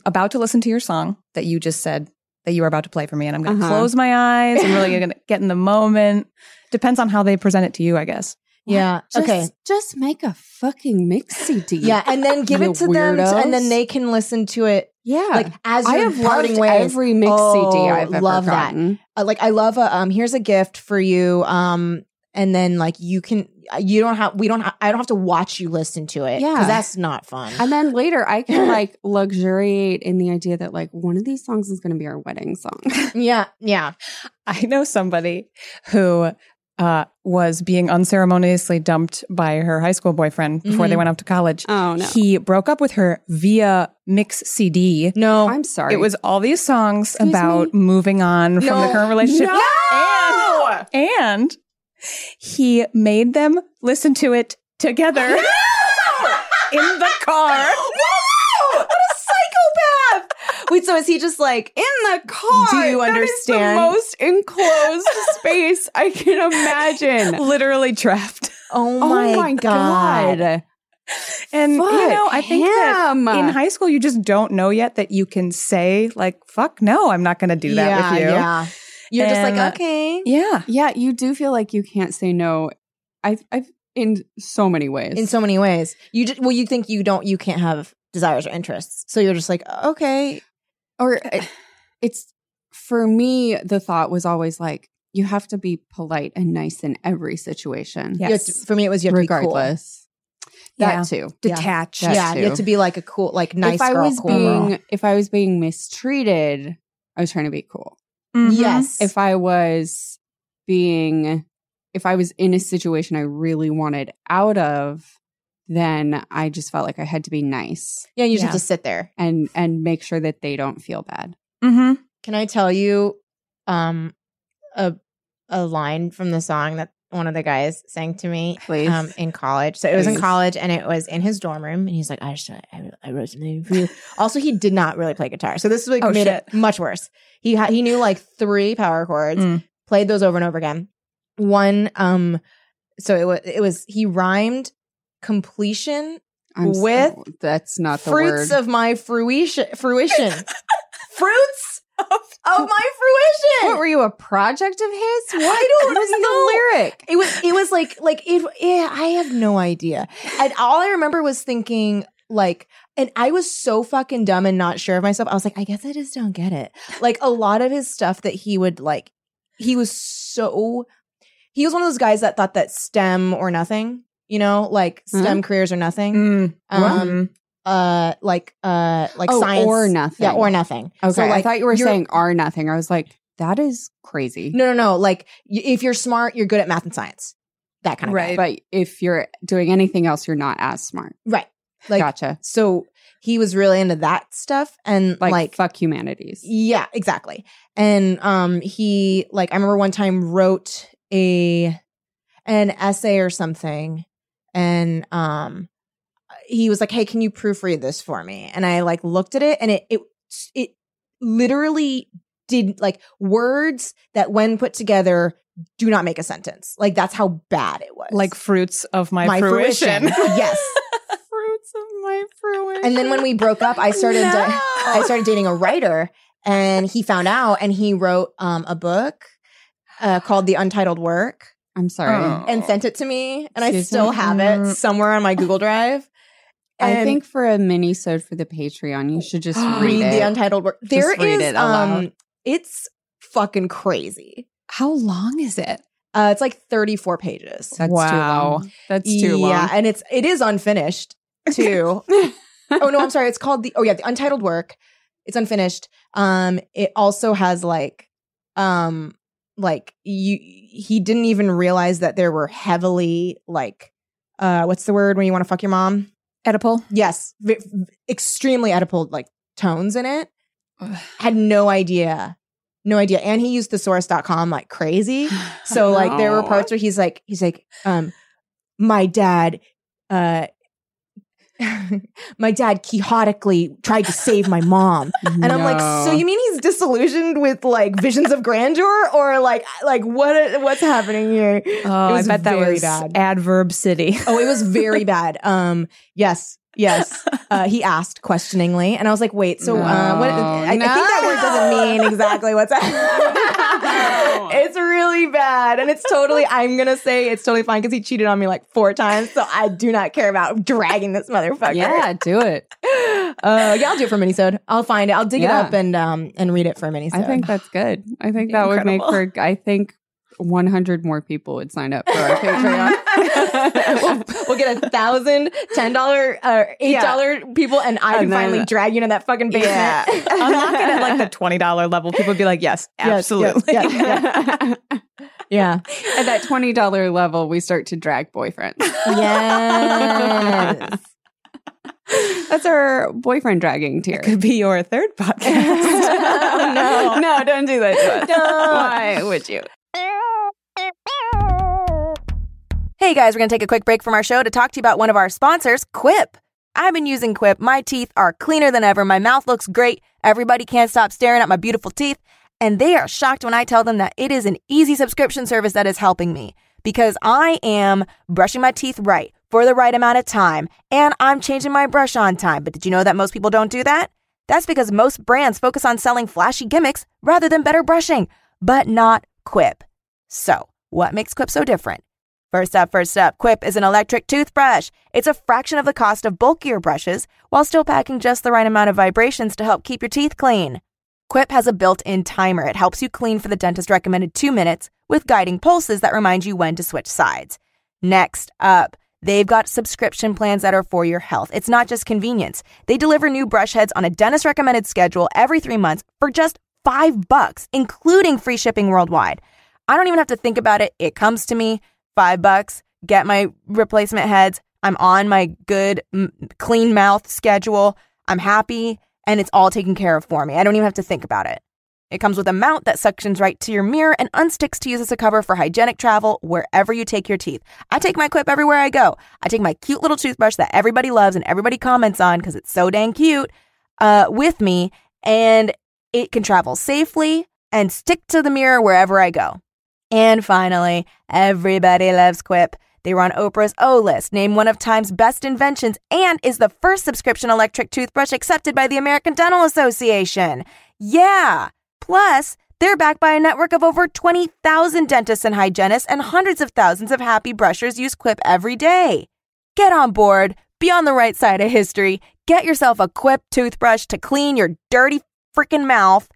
about to listen to your song that you just said that you were about to play for me, and I'm going to
Uh-huh.
close my eyes. I'm really going to get in the moment. Depends on how they present it to you, I guess.
Yeah.
Just,
okay.
just make a fucking mix CD.
Yeah, and then give
You
it to them, to- and then
weirdos.
they can listen to it
yeah.
like as
I
you're
have
parting
loved
ways.
every mix CD
Oh,
I've ever
love that.
gotten.
uh, like I love a um here's a gift for you um and then like you can uh, you don't have we don't ha- I don't have to watch you listen to it
Yeah.
cuz that's not fun.
And then later, I can like luxuriate in the idea that like one of these songs is going to be our wedding song.
yeah, yeah.
I know somebody who uh, was being unceremoniously dumped by her high school boyfriend before they went off to college.
Oh, no.
He broke up with her via mix CD.
No.
I'm sorry.
It was all these songs about moving on from the
No.
current relationship. And, and he made them listen to it together
Oh,
in the car.
what a psychopath! Wait, so is he just like
in the car.
Do you understand?
That is the most enclosed space I can imagine.
Literally trapped.
Oh
Oh
my, god.
And you
Fuck
know, I think
him.
that in high school you just don't know yet that you can say like fuck no, I'm not going to do that
yeah,
with you.
Yeah. You're just
And-
like, okay.
Yeah.
Yeah, you do feel like you can't say no. I've, I've in so many ways.
In so many ways. You just well, you think you don't you can't have desires or interests. So you're just like, okay.
or
uh,
I- it's for me the thought was always like you have to be polite and nice in every situation
You have to- for me it was you have to
regardless
Yeah.
that too
Yeah.
Detached.
be cool.
That
Yeah, you have
too.
to be like a cool, like nice
if i
girl,
was
cool
being
girl.
if i was being mistreated i was trying to be cool
Mhm.
Yes.
if i was being if i was in a situation i really wanted out of then i just felt like i had to be nice
yeah, you just have
Yeah.
to sit there.
and and make sure that they don't feel bad
Mhm.
Can I tell you um a a line from the song that one of the guys sang to me
please
um in college. So it was in
Please.
college and it was in his dorm room and he's like, I just I, I wrote something for you. Also, he did not really play guitar. So this like
Oh,
made it
shit.
much worse. He ha- he knew like three power chords,
Mm.
played those over and over again. One um so it was it was he rhymed completion
so-
with
that's not the
fruits
word
of my fruition fruition. fruits of my fruition.
What were you a project of his? What
I don't
was
know.
the lyric?
It was it was like like it yeah, I have no idea. And all I remember was thinking like and I was so fucking dumb and not sure of myself. I was like, I guess I just don't get it. Like a lot of his stuff that he would like he was so he was one of those guys that thought that STEM or nothing, you know, like
Hmm?
STEM careers or nothing.
Mm.
Um uh like uh like
Oh,
science
or nothing.
Yeah, or nothing.
Okay,
So,
I
like,
thought you were
you're-
saying "are nothing." I was like, that is crazy.
No, no, no. Like y- if you're smart, you're good at math and science. That kind of
Right.
guy.
But if you're doing anything else, you're not as smart.
Right. Like
gotcha.
So he was really into that stuff and
Like,
like,
fuck humanities.
yeah, exactly. And um he like I remember one time wrote a an essay or something and um he was like, "Hey, can you proofread this for me?" And I like looked at it and it it it literally did like words that when put together do not make a sentence. Like that's how bad it was.
like fruits of my, fruition.
yes.
fruits of my fruition.
And then when we broke up, I started
No.
da- I started dating a writer, and he found out, and he wrote um, a book uh, called The Untitled Work,
I'm sorry.
Oh.
and sent it to me, and I
Excuse
still
me? Mm.
have it somewhere on my Google Drive.
I
And
think for a mini sode for the Patreon, you should just read,
read
it.
The Untitled Work. There is
read it aloud.
um, it's fucking crazy.
how long is it?
Uh, it's like thirty four pages.
That's
Wow.
too long. That's too
Yeah,
long.
and it's it is unfinished too. oh no, I'm sorry. It's called the oh yeah, the untitled work. It's unfinished. Um, it also has like, um, like you he didn't even realize that there were heavily like, uh, what's the word when you want to fuck your mom?
Oedipal.
Yes, v- v- extremely Oedipal like tones in it. Had no idea. No idea. And he used thesaurus.com like crazy. So like there were
No.
parts where he's like he's like um my dad uh my dad quixotically tried to save my mom. And I'm like, so
No.
you mean he's disillusioned with like visions of grandeur or like like what what's happening here?
Oh,
It
I
was
bet that
very
was
bad.
adverb city.
Oh, it was very bad. Um yes. Yes. Uh, he asked questioningly and I was like, "Wait, so uh, what
No.
I, I think that word doesn't mean exactly what's happening."
No.
it's really bad and it's totally I'm going to say it's totally fine cuz he cheated on me like four times, so I do not care about dragging this motherfucker.
yeah, do it.
Uh, yeah, I'll do it for a minisode. I'll find it. I'll dig
Yeah.
it up and um and read it for a minisode.
I think that's good. I think that would make for. I think 100 more people would sign up for our
we'll,
Patreon.
we'll get a thousand ten dollar uh, eight dollar people and I can
And then-
finally drag you into that fucking basement.
Yeah.
Unlock it at like the twenty dollar level. People would be like, yes,
Yes, yes,
absolutely.
yes, yes. Yeah.
At that $20 level, we start to drag boyfriends.
Yes.
That's our boyfriend dragging tier.
It could be your third podcast.
Oh, no.
no, don't do that to us.
No.
Why would you?
Hey guys, we're going to take a quick break from our show to talk to you about one of our sponsors, Quip. I've been using Quip. My teeth are cleaner than ever. My mouth looks great. Everybody can't stop staring at my beautiful teeth. And they are shocked when I tell them that it is an easy subscription service that is helping me because I am brushing my teeth right for the right amount of time and I'm changing my brush on time. But did you know that most people don't do that? That's because most brands focus on selling flashy gimmicks rather than better brushing, but not Quip. So, what makes Quip so different? First up, first up, Quip is an electric toothbrush. It's a fraction of the cost of bulkier brushes while still packing just the right amount of vibrations to help keep your teeth clean. Quip has a built in timer. It helps you clean for the dentist recommended two minutes with guiding pulses that remind you when to switch sides. Next up, they've got subscription plans that are for your health. It's not just convenience. They deliver new brush heads on a dentist recommended schedule every three months for just five bucks, including free shipping worldwide. I don't even have to think about it. It comes to me, five bucks, get my replacement heads. I'm on my good, m- clean mouth schedule. I'm happy, and it's all taken care of for me. I don't even have to think about it. It comes with a mount that suctions right to your mirror and unsticks to use as a cover for hygienic travel wherever you take your teeth. I take my quip everywhere I go. I take my cute little toothbrush that everybody loves and everybody comments on because it's so dang cute uh, with me, and it can travel safely and stick to the mirror wherever I go. And finally, everybody loves Quip. They were on Oprah's O list, named one of Time's best inventions, and is the first subscription electric toothbrush accepted by the American Dental Association. Yeah! Plus, they're backed by a network of over 20,000 dentists and hygienists, and hundreds of thousands of happy brushers use Quip every day. Get on board, be on the right side of history, get yourself a Quip toothbrush to clean your dirty freaking mouth,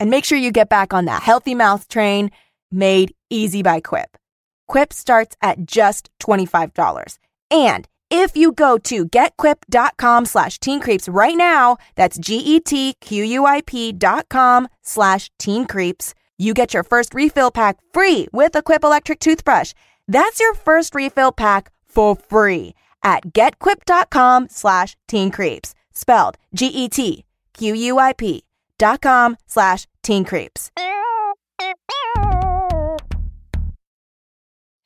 and make sure you get back on that healthy mouth train made easy by Quip. Quip starts at just $25. And if you go to getquip.com slash teen creeps right now, that's E G-E-T-Q-U-I-P dot com slash teen creeps, you get your first refill pack free with a Quip electric toothbrush. That's your first refill pack for free at getquip.com slash teen creeps, spelled E G-E-T-Q-U-I-P dot com slash teen creeps.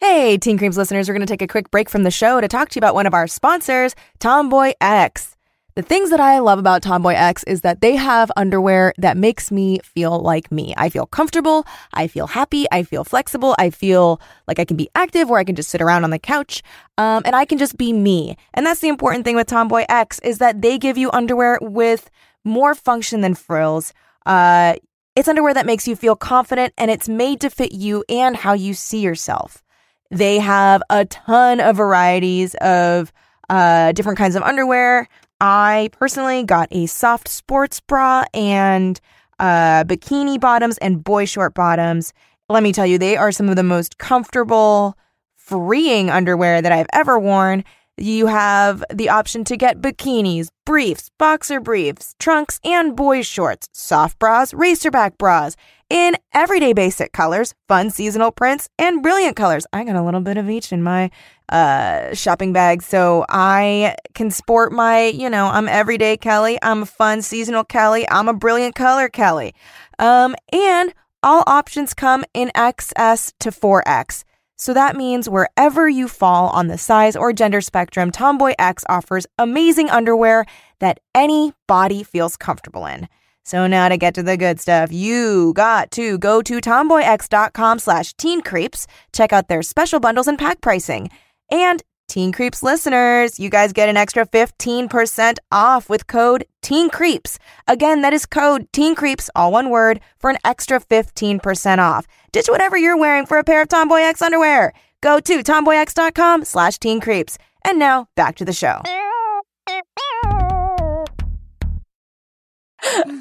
Hey, Teen Creams listeners, we're going to take a quick break from the show to talk to you about one of our sponsors, Tomboy X. The things that I love about Tomboy X is that they have underwear that makes me feel like me. I feel comfortable, I feel happy, I feel flexible, I feel like I can be active or I can just sit around on the couch, um, and I can just be me. And that's the important thing with Tomboy X is that they give you underwear with more function than frills. Uh, it's underwear that makes you feel confident and it's made to fit you and how you see yourself. They have a ton of varieties of uh, different kinds of underwear. I personally got a soft sports bra and uh, bikini bottoms and boy short bottoms. Let me tell you, they are some of the most comfortable, freeing underwear that I've ever worn. You have the option to get bikinis, briefs, boxer briefs, trunks, and boy shorts, soft bras, racerback bras, in everyday basic colors, fun seasonal prints, and brilliant colors. I got a little bit of each in my uh, shopping bag, so I can sport my, you know, I'm everyday Kelly, I'm a fun seasonal Kelly, I'm a brilliant color Kelly. Um, and all options come in XS to 4X. So that means wherever you fall on the size or gender spectrum, Tomboy X offers amazing underwear that any body feels comfortable in. So now to get to the good stuff, you got to go to tomboyx.com slash teen creeps, check out their special bundles and pack pricing. And Teen Creeps listeners, you guys get an extra 15% off with code Teen Creeps. Again, that is code Teen Creeps, all one word, for an extra 15% off. Ditch whatever you're wearing for a pair of Tomboy X underwear. Go to tomboyx.com slash teen creeps. And now back to the show.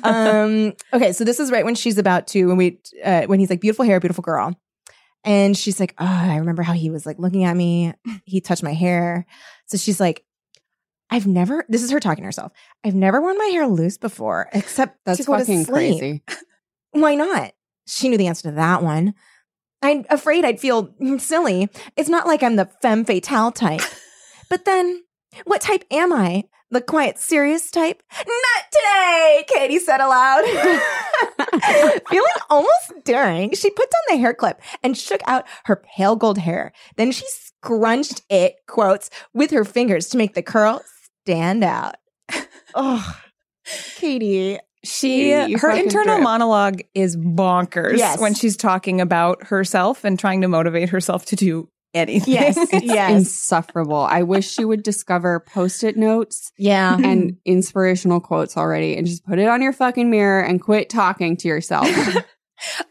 um okay so this is right when she's about to when we uh, when he's like beautiful hair beautiful girl and she's like oh i remember how he was like looking at me he touched my hair so she's like i've never this is her talking to herself i've never worn my hair loose before except
That's
to go to
fucking
sleep.
crazy.
why not she knew the answer to that one I'm afraid I'd feel silly. It's not like I'm the femme fatale type. But then, what type am I? The quiet, serious type? Not today, Katie said aloud. Feeling almost daring, she put down the hair clip and shook out her pale gold hair. Then she scrunched it, quotes, with her fingers to make the curl stand out. oh, Katie.
She
You
her
fucking
internal
drip.
monologue is bonkers
Yes.
when she's talking about herself and trying to motivate herself to do anything.
Yes, yes.
Insufferable. I wish she would discover post it notes
Yeah.
and inspirational quotes already and just put it on your fucking mirror and quit talking to yourself.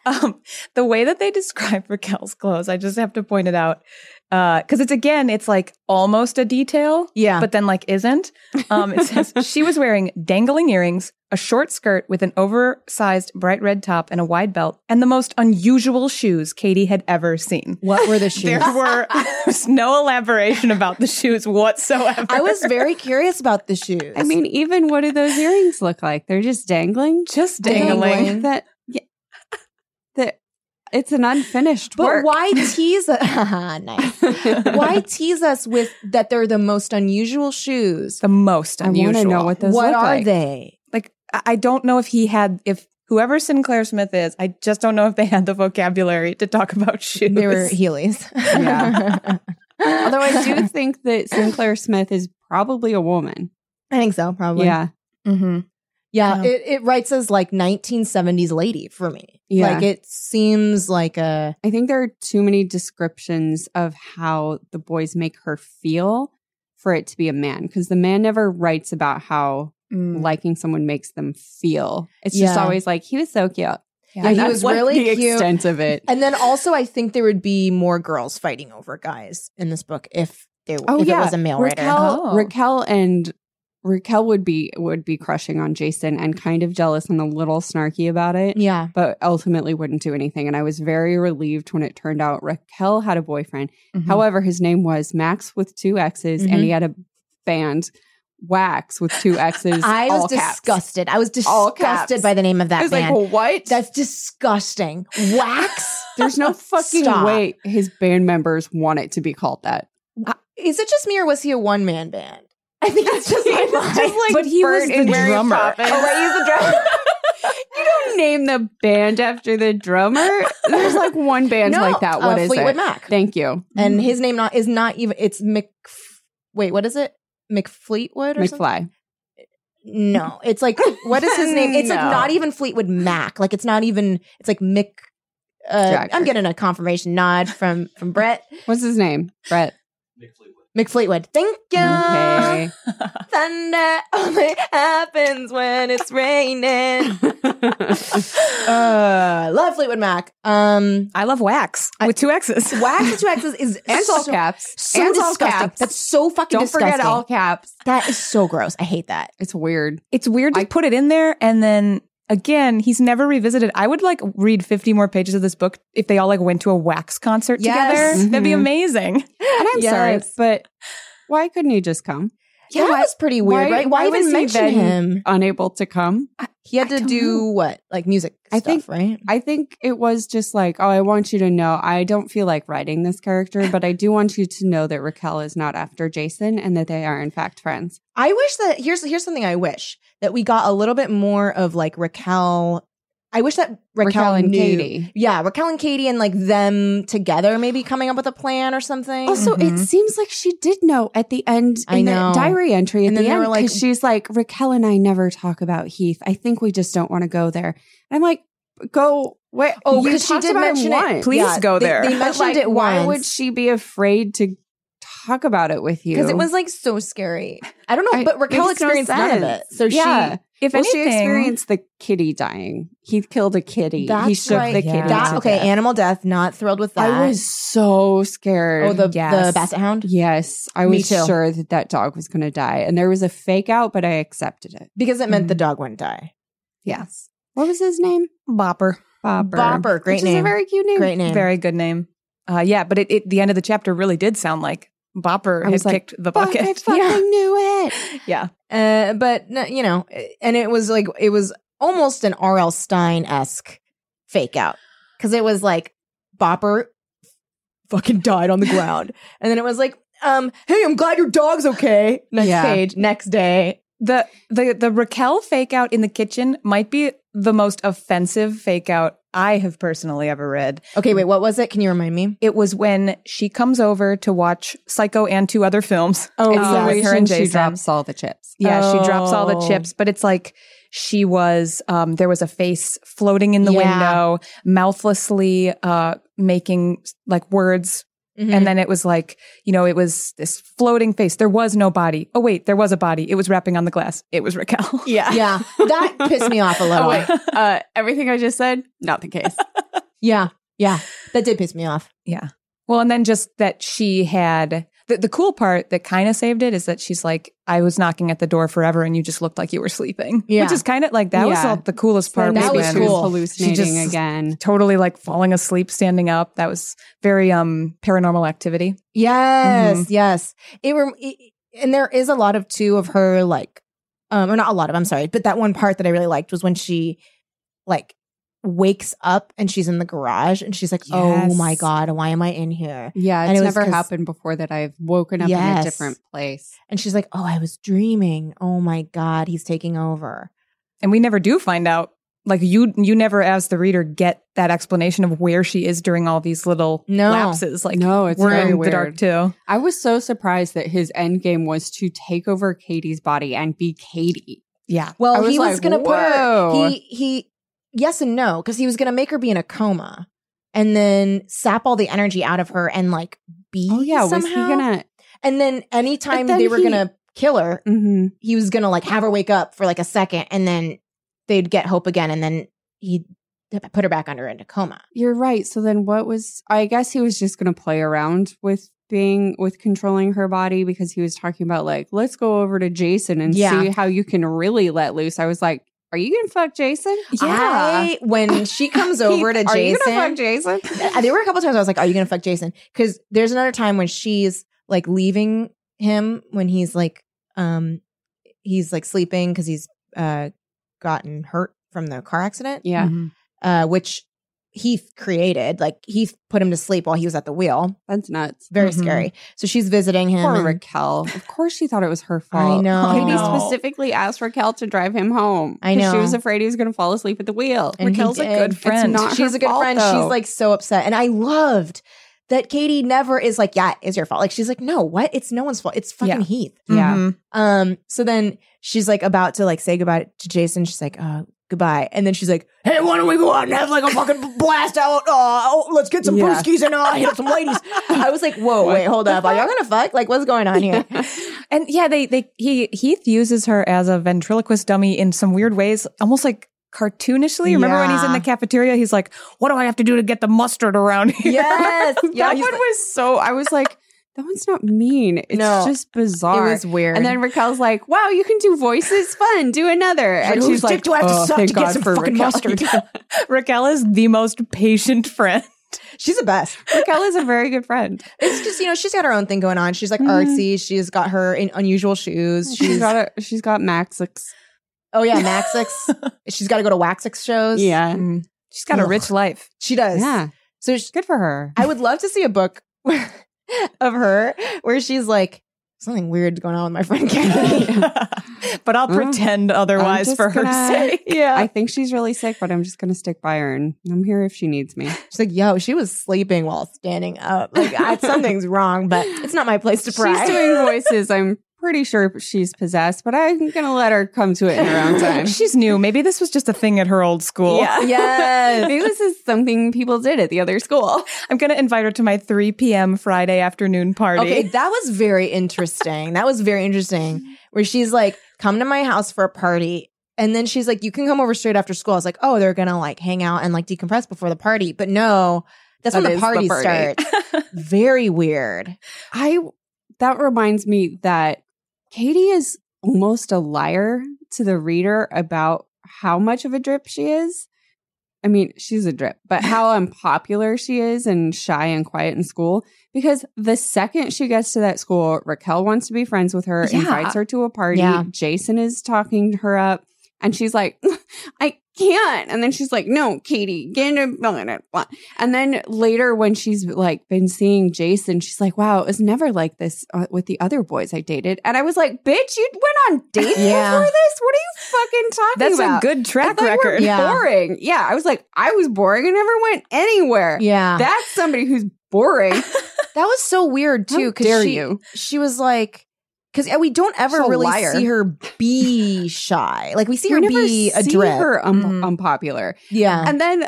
um, the way that they describe Raquel's clothes, I just have to point it out because it's again, it's like almost a detail,
Yeah.
but then like isn't. Um, it says she was wearing dangling earrings, a short skirt with an oversized bright red top and a wide belt, and the most unusual shoes Katie had ever seen.
What were the shoes?
There were there's no elaboration about the shoes whatsoever.
I was very curious about the shoes.
I mean, even what do those earrings look like? They're just dangling.
just
I
dangling.
don't think That, yeah, that it's an unfinished
but
work.
why tease us? nice. Why tease us with that they're the most unusual shoes?
The most
I want to
unusual.
know what those
what
look
are
like.
they?
like I I don't know if he had if whoever Sinclair Smith is, I just don't know if they had the vocabulary to talk about shoes.
They were Heelys.
Yeah. Although I do think that Sinclair Smith is probably a woman.
I think so, probably.
Yeah.
mm-hmm.
Yeah.
Yeah.
It, it writes as like 1970s lady for me.
Yeah.
Like it seems like a.
I think there are too many descriptions of how the boys make her feel for it to be a man because the man never writes about how
Mm-hmm.
liking someone makes them feel. It's just
Yeah.
always like, he was so cute.
Yeah,
he
that's
was
like
really
the
cute.
extent of it.
And then also, I think there would be more girls fighting over guys in this book if they if it was a male writer.
Oh, Raquel,
Oh.
Raquel and Raquel would be would be crushing on Jason and kind of jealous and a little snarky about it,
Yeah.
but ultimately wouldn't do anything. And I was very relieved when it turned out Raquel had a boyfriend.
Mm-hmm.
Mhm.
However, his name was Max with two X's, and he had a band Wax with two X's.
I was
all caps.
disgusted. I was
All caps.
disgusted by the name of that
I was
band.
like, what?
That's disgusting. Wax?
There's no fucking
Stop.
way his band members want it to be called that.
Is it just me or was he a one man band? I think it's just my mind.
but he was the drummer.
Oh, wait, he's a drummer.
You don't name the band after the drummer. There's like one band
No,
like that.
uh,
What is
Fleetwood
it?
Mac.
Thank you. Mm-hmm.
and his name not is not even. It's Mc. Wait, what is it? McFleetwood or something?
McFly.
No, it's like what is his name? It's like
No.
not even Fleetwood Mac. Like it's not even. It's like Mick. Uh,
Jagger.
I'm getting a confirmation nod from from Brett
What's his name? Brett.
McFleetwood. Thank you. Uh,
Okay.
Thunder only happens when it's raining. uh, love Fleetwood Mac. Um,
I love wax with two X's.
Wax and Two X's is
And all
so-
caps.
So
and all
disgusting.
caps.
That's so fucking
Don't
disgusting.
forget all caps.
That is so gross. I hate that.
It's weird.
It's weird to
I-
put it in there and then again, he's never revisited. I would like read 50 more pages of this book if they all like went to a wax concert
Yes.
together. That'd be
Mhm.
amazing.
And I'm
Yes.
sorry, but why couldn't he just come?
Yeah, that was pretty weird,
why-
right?
why
Why,
was
even
he
mention
then-
him?
Unable to come.
He had
I
to
don't
do
know.
what, like music?
I
stuff,
think-
right.
I think it was just like, oh, I want you to know I don't feel like writing this character, but I do want you to know that Raquel is not after Jason and that they are in fact friends.
I wish that here's here's something I wish that we got a little bit more of like Raquel. I wish that Raquel,
Raquel and
knew-
Katie.
Yeah, Raquel and Katie and like them together maybe coming up with a plan or something.
Also, it seems like she did know at the end in
Mm-hmm. I know.
the diary entry at
And
the
then they
end
were like-
because she's like Raquel and I never talk about Heath. I think we just don't want to go there. And I'm like, go where?
Oh,
you
'cause she
talked
did
about him
mention it.
once.
Please
Yeah,
go
they-
there.
they
But,
mentioned
like,
it
Why
once.
would she be afraid to talk about it with you?
because it was like so scary. I don't know,
I-
but Raquel
makes no
experienced none of it,
sense.
so
Yeah.
If
well,
anything,
she experienced the kitty dying. He killed a kitty.
she that's
he shook
right.
the kitty.
yeah.
That-
to
okay,
death.
animal death. Not thrilled with that.
I was so scared.
oh the the
Yes.
basset hound.
Yes, I
Me
was
too.
sure that that dog was going to die, and there was a fake out, but I accepted it.
Because it meant
Mm-hmm.
the dog wouldn't die.
Yes. What was his name?
Bopper.
Bopper.
Bopper, great
which Is a
name.
very cute name.
Great name.
Very good name. Uh, yeah, but it, it the end of the chapter really did sound like Bopper
I
had
was like,
kicked the
Fuck,
bucket.
I fucking
Yeah.
knew it.
yeah.
Uh, but no, you know, eh, and it was like it was almost an R.L. Stein esque fake out because it was like Bopper fucking died on the ground. And then it was like, um, hey, I'm glad your dog's okay. Next
Yeah.
page, next day.
The the the Raquel fake out in the kitchen might be the most offensive fake out I have personally ever read.
Okay, wait, what was it? Can you remind me?
It was when she comes over to watch Psycho and two other films.
Oh,
It's the
yeah.
reason
Her and
she
Jason.
drops all the chips.
Yeah, she drops all
Oh.
the chips, but it's like she was um there was a face floating in the
Yeah.
window, mouthlessly uh making like words
mm-hmm.
and then it was like, you know, it was this floating face. There was no body. Oh wait, there was a body. It was wrapping on the glass. It was Raquel.
yeah. yeah, that pissed me off a little.
Oh, wait. Uh, everything I just said, not the case.
Yeah, yeah, that did piss me off.
Yeah. Well, and then just that she had the, the cool part that kind of saved it is that she's like, I was knocking at the door forever and you just looked like you were sleeping.
Yeah.
Which is kind of like that was
Yeah.
all the coolest part.
that
Maybe
was
she
when-
cool.
hallucinating
She just-
again.
Totally like falling asleep, standing up. That was very um paranormal activity.
Mm-hmm.
Yes, yes. It, rem- it and there is a lot of two of her like um or not a lot of, I'm sorry, but that one part that I really liked was when she like wakes up and she's in the garage and she's like, "Oh
Yes.
my god, why am I in here?"
Yeah,
And
it's
it was
never
'cause-
happened before that I've woken up in
Yes.
a different place.
And she's like, "Oh, I was dreaming. Oh my god, he's taking over."
And we never do find out. Like you you never as the reader get that explanation of where she is during all these little
No.
lapses. Like
No, it's
we're
very
in
weird.
the dark too.
I was so surprised that his end game was to take over Katie's body and be Katie.
Yeah.
Well,
I was
he was
like,
going to put her
"Whoa."
he he yes and no cuz he was going to make her be in a coma and then sap all the energy out of her and like be
Oh yeah, was he
somehow.
gonna?
And then anytime
then
they were
he-
gonna kill her,
Mhm.
he was gonna like have her wake up for like a second, and then they'd get hope again, and then he would put her back under into coma.
You're right. So then, what was? I guess he was just gonna play around with being with controlling her body because he was talking about like, let's go over to Jason and
Yeah.
see how you can really let loose. I was like, are you gonna fuck Jason?
I- when she comes over to
Are you gonna
Jason,
fuck Jason?
Uh, there were a couple times I was like, "Are you gonna fuck Jason?" Because there's another time when she's like leaving him when he's like, um, he's like sleeping because he's uh gotten hurt from the car accident,
Yeah.
uh, which Heath created. Like Heath put him to sleep while he was at the wheel.
That's nuts.
It's very
Mhm.
scary. So she's visiting him.
Poor
and-
Raquel. Of course, she thought it was her fault.
know.
Katie
I know.
specifically asked Raquel to drive him home.
I
'cause She
know.
was afraid he was going to fall asleep at the wheel.
And he
Raquel's a
did.
good
It's
friend.
not
she's
her
a good
fault,
friend.
though.
She's like so upset. And I loved that Katie never is like, yeah, it's your fault. Like she's like, no, what? It's no one's fault. It's fucking
Yeah.
Heath.
Yeah.
Um, so then she's like about to like say goodbye to Jason. She's like, uh, goodbye. And then she's like, hey, why don't we go out and have like a fucking blast out? Uh, oh, let's get some
Yeah.
brewskis and uh, hit up some ladies. I was like, whoa, wait, hold up. Are y'all gonna fuck? Like, what's going on here?
And yeah, they they he Heath uses her as a ventriloquist dummy in some weird ways, almost like cartoonishly. Remember when he's in
Yeah.
the cafeteria, he's like, "What do I have to do to get the mustard around here?"
yes. Yeah.
that
he's
one
like-
was so. I was like, that one's not mean. It's
No,
just bizarre.
it was weird.
And then Raquel's like, wow, you can do voices. Fun. Do another. and
"Whose
she's
dick
like,
do I have to
"Oh,
suck
thank
to get
God
some
for
fucking
Raquel."
mustard?"
Raquel is the most patient friend.
she's the best.
Raquel is a very good friend.
It's just you know she's got her own thing going on. She's like
Mm-hmm.
artsy. She's got her in unusual shoes.
She's
She's
got a, she's got Max's.
oh yeah, Maxix. she's got to go to Waxix shows. Mm-hmm.
Yeah.
She's got a
Ugh.
rich life.
she does.
Yeah.
So she,
Good for her.
I would love to see a book of her where she's like something weird going on with my friend Katie.
but I'll
Mm.
pretend
I'm
otherwise
just
for her
gonna-
sake. Yeah.
I think she's really sick, but I'm just going to stick by her and I'm here if she needs me.
she's like, yo, she was sleeping while standing up. Like I, something's wrong, but it's not my place to pry.
She's doing voices. I'm pretty sure she's possessed, but I'm going to let her come to it in her own time.
She's new. Maybe this was just a thing at her old school.
Yeah.
yes.
Maybe this is something people did at the other school.
I'm going to invite her to my 3 p.m. Friday afternoon party.
Okay, that was very interesting. that was very interesting. Where she's like, come to my house for a party. And then she's like, you can come over straight after school. I was like, oh, they're going to like hang out and like decompress before the party. But no, that's
That
when
is
the
the
party,
party.
starts. very weird.
I that reminds me that Katie is almost a liar to the reader about how much of a drip she is. I mean, she's a drip, but how unpopular she is and shy and quiet in school. Because the second she gets to that school, Raquel wants to be friends with her,
Yeah.
invites her to a party.
Yeah.
Jason is talking her up, and she's like, "I can't. And then she's like, no, Katie, get in a blah. And then later when she's like been seeing Jason, she's like, wow, it was never like this uh, with the other boys I dated. And I was like, bitch, you went on dates
Yeah.
before this? What are you fucking talking
That's
about?
a good
I
track
thought you were
record.
Yeah.
boring. Yeah. I was like, I was boring. I never went anywhere.
Yeah.
That's somebody who's boring.
That was so weird
How dare
too. Because she,
you.
she was like, because we don't ever
She's a
really
liar.
see her be shy. Like we see her
We never
be a
see
drip. Uh.
her un-
Mhm.
unpopular.
Yeah,
And then,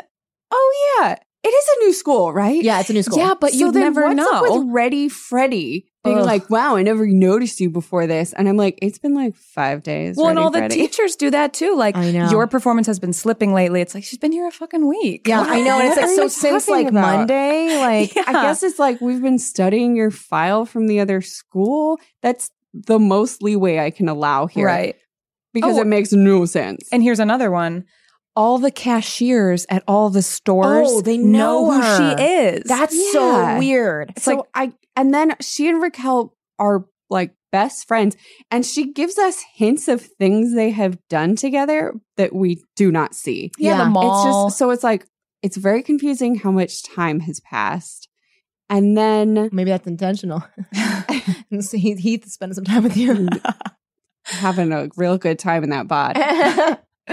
oh yeah, it is a new school, right?
yeah, it's a new school.
Yeah, but
So
you
then
never
what's
know.
up with Ready Freddy being
Ugh.
like, "Wow, I never noticed you before this," and I'm like, "It's been like five days."
well, and
Ready
all the
Freddy."
teachers do that too. Like
I know.
your performance has been slipping lately. It's like she's been here a fucking week.
yeah, I know. And it's
What
like
are
so
you
since
talking
like
about?
Monday, like
Yeah.
I guess it's like we've been studying your file from the other school. That's the most leeway I can allow here,
Right.
Because
Oh.
it makes no sense.
And here's another one. All the cashiers at all the stores
Oh, they know
who
her.
she is.
that's
Yeah.
so weird.
It's like I and then she and Raquel are like best friends and she gives us hints of things they have done together that we do not see.
yeah,
yeah,
the
it's
mall.
It's just so it's like it's very confusing how much time has passed. And then
Maybe that's intentional. And so Heath, Heath is spending some time with you.
having a real good time in that bod.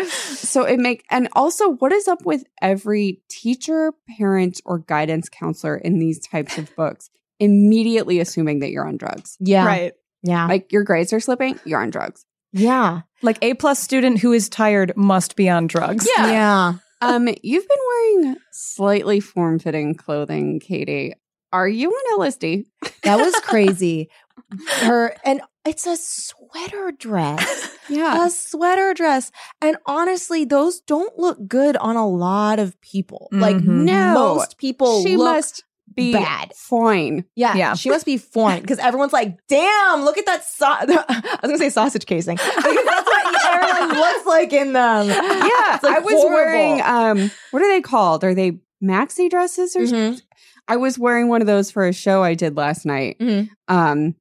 so it make and also what is up with every teacher, parent or guidance counselor in these types of books immediately assuming that you're on drugs.
yeah,
Right.
yeah,
Like your grades are slipping, you're on drugs.
yeah,
Like A plus student who is tired must be on drugs.
yeah,
Um, you've been wearing slightly form-fitting clothing, Katie. Are you on LSD?
That was crazy. Her and it's a sweater dress.
Yeah.
a sweater dress. And honestly, those don't look good on a lot of people. Like
Mhm.
Mm-hmm. No.
most people
she
Oh, look
must be
bad.
Fine.
Yeah,
Yeah.
she must be foreign because everyone's like, "Damn, look at that!" Sa-. I was gonna say sausage casing. Because that's what everyone looks like in them.
Um, Yeah.
It's, like,
I was
horrible.
wearing um what are they called? Are they maxi dresses or
Mhm.
I was wearing one of those for a show I did last night.
Mhm.
Um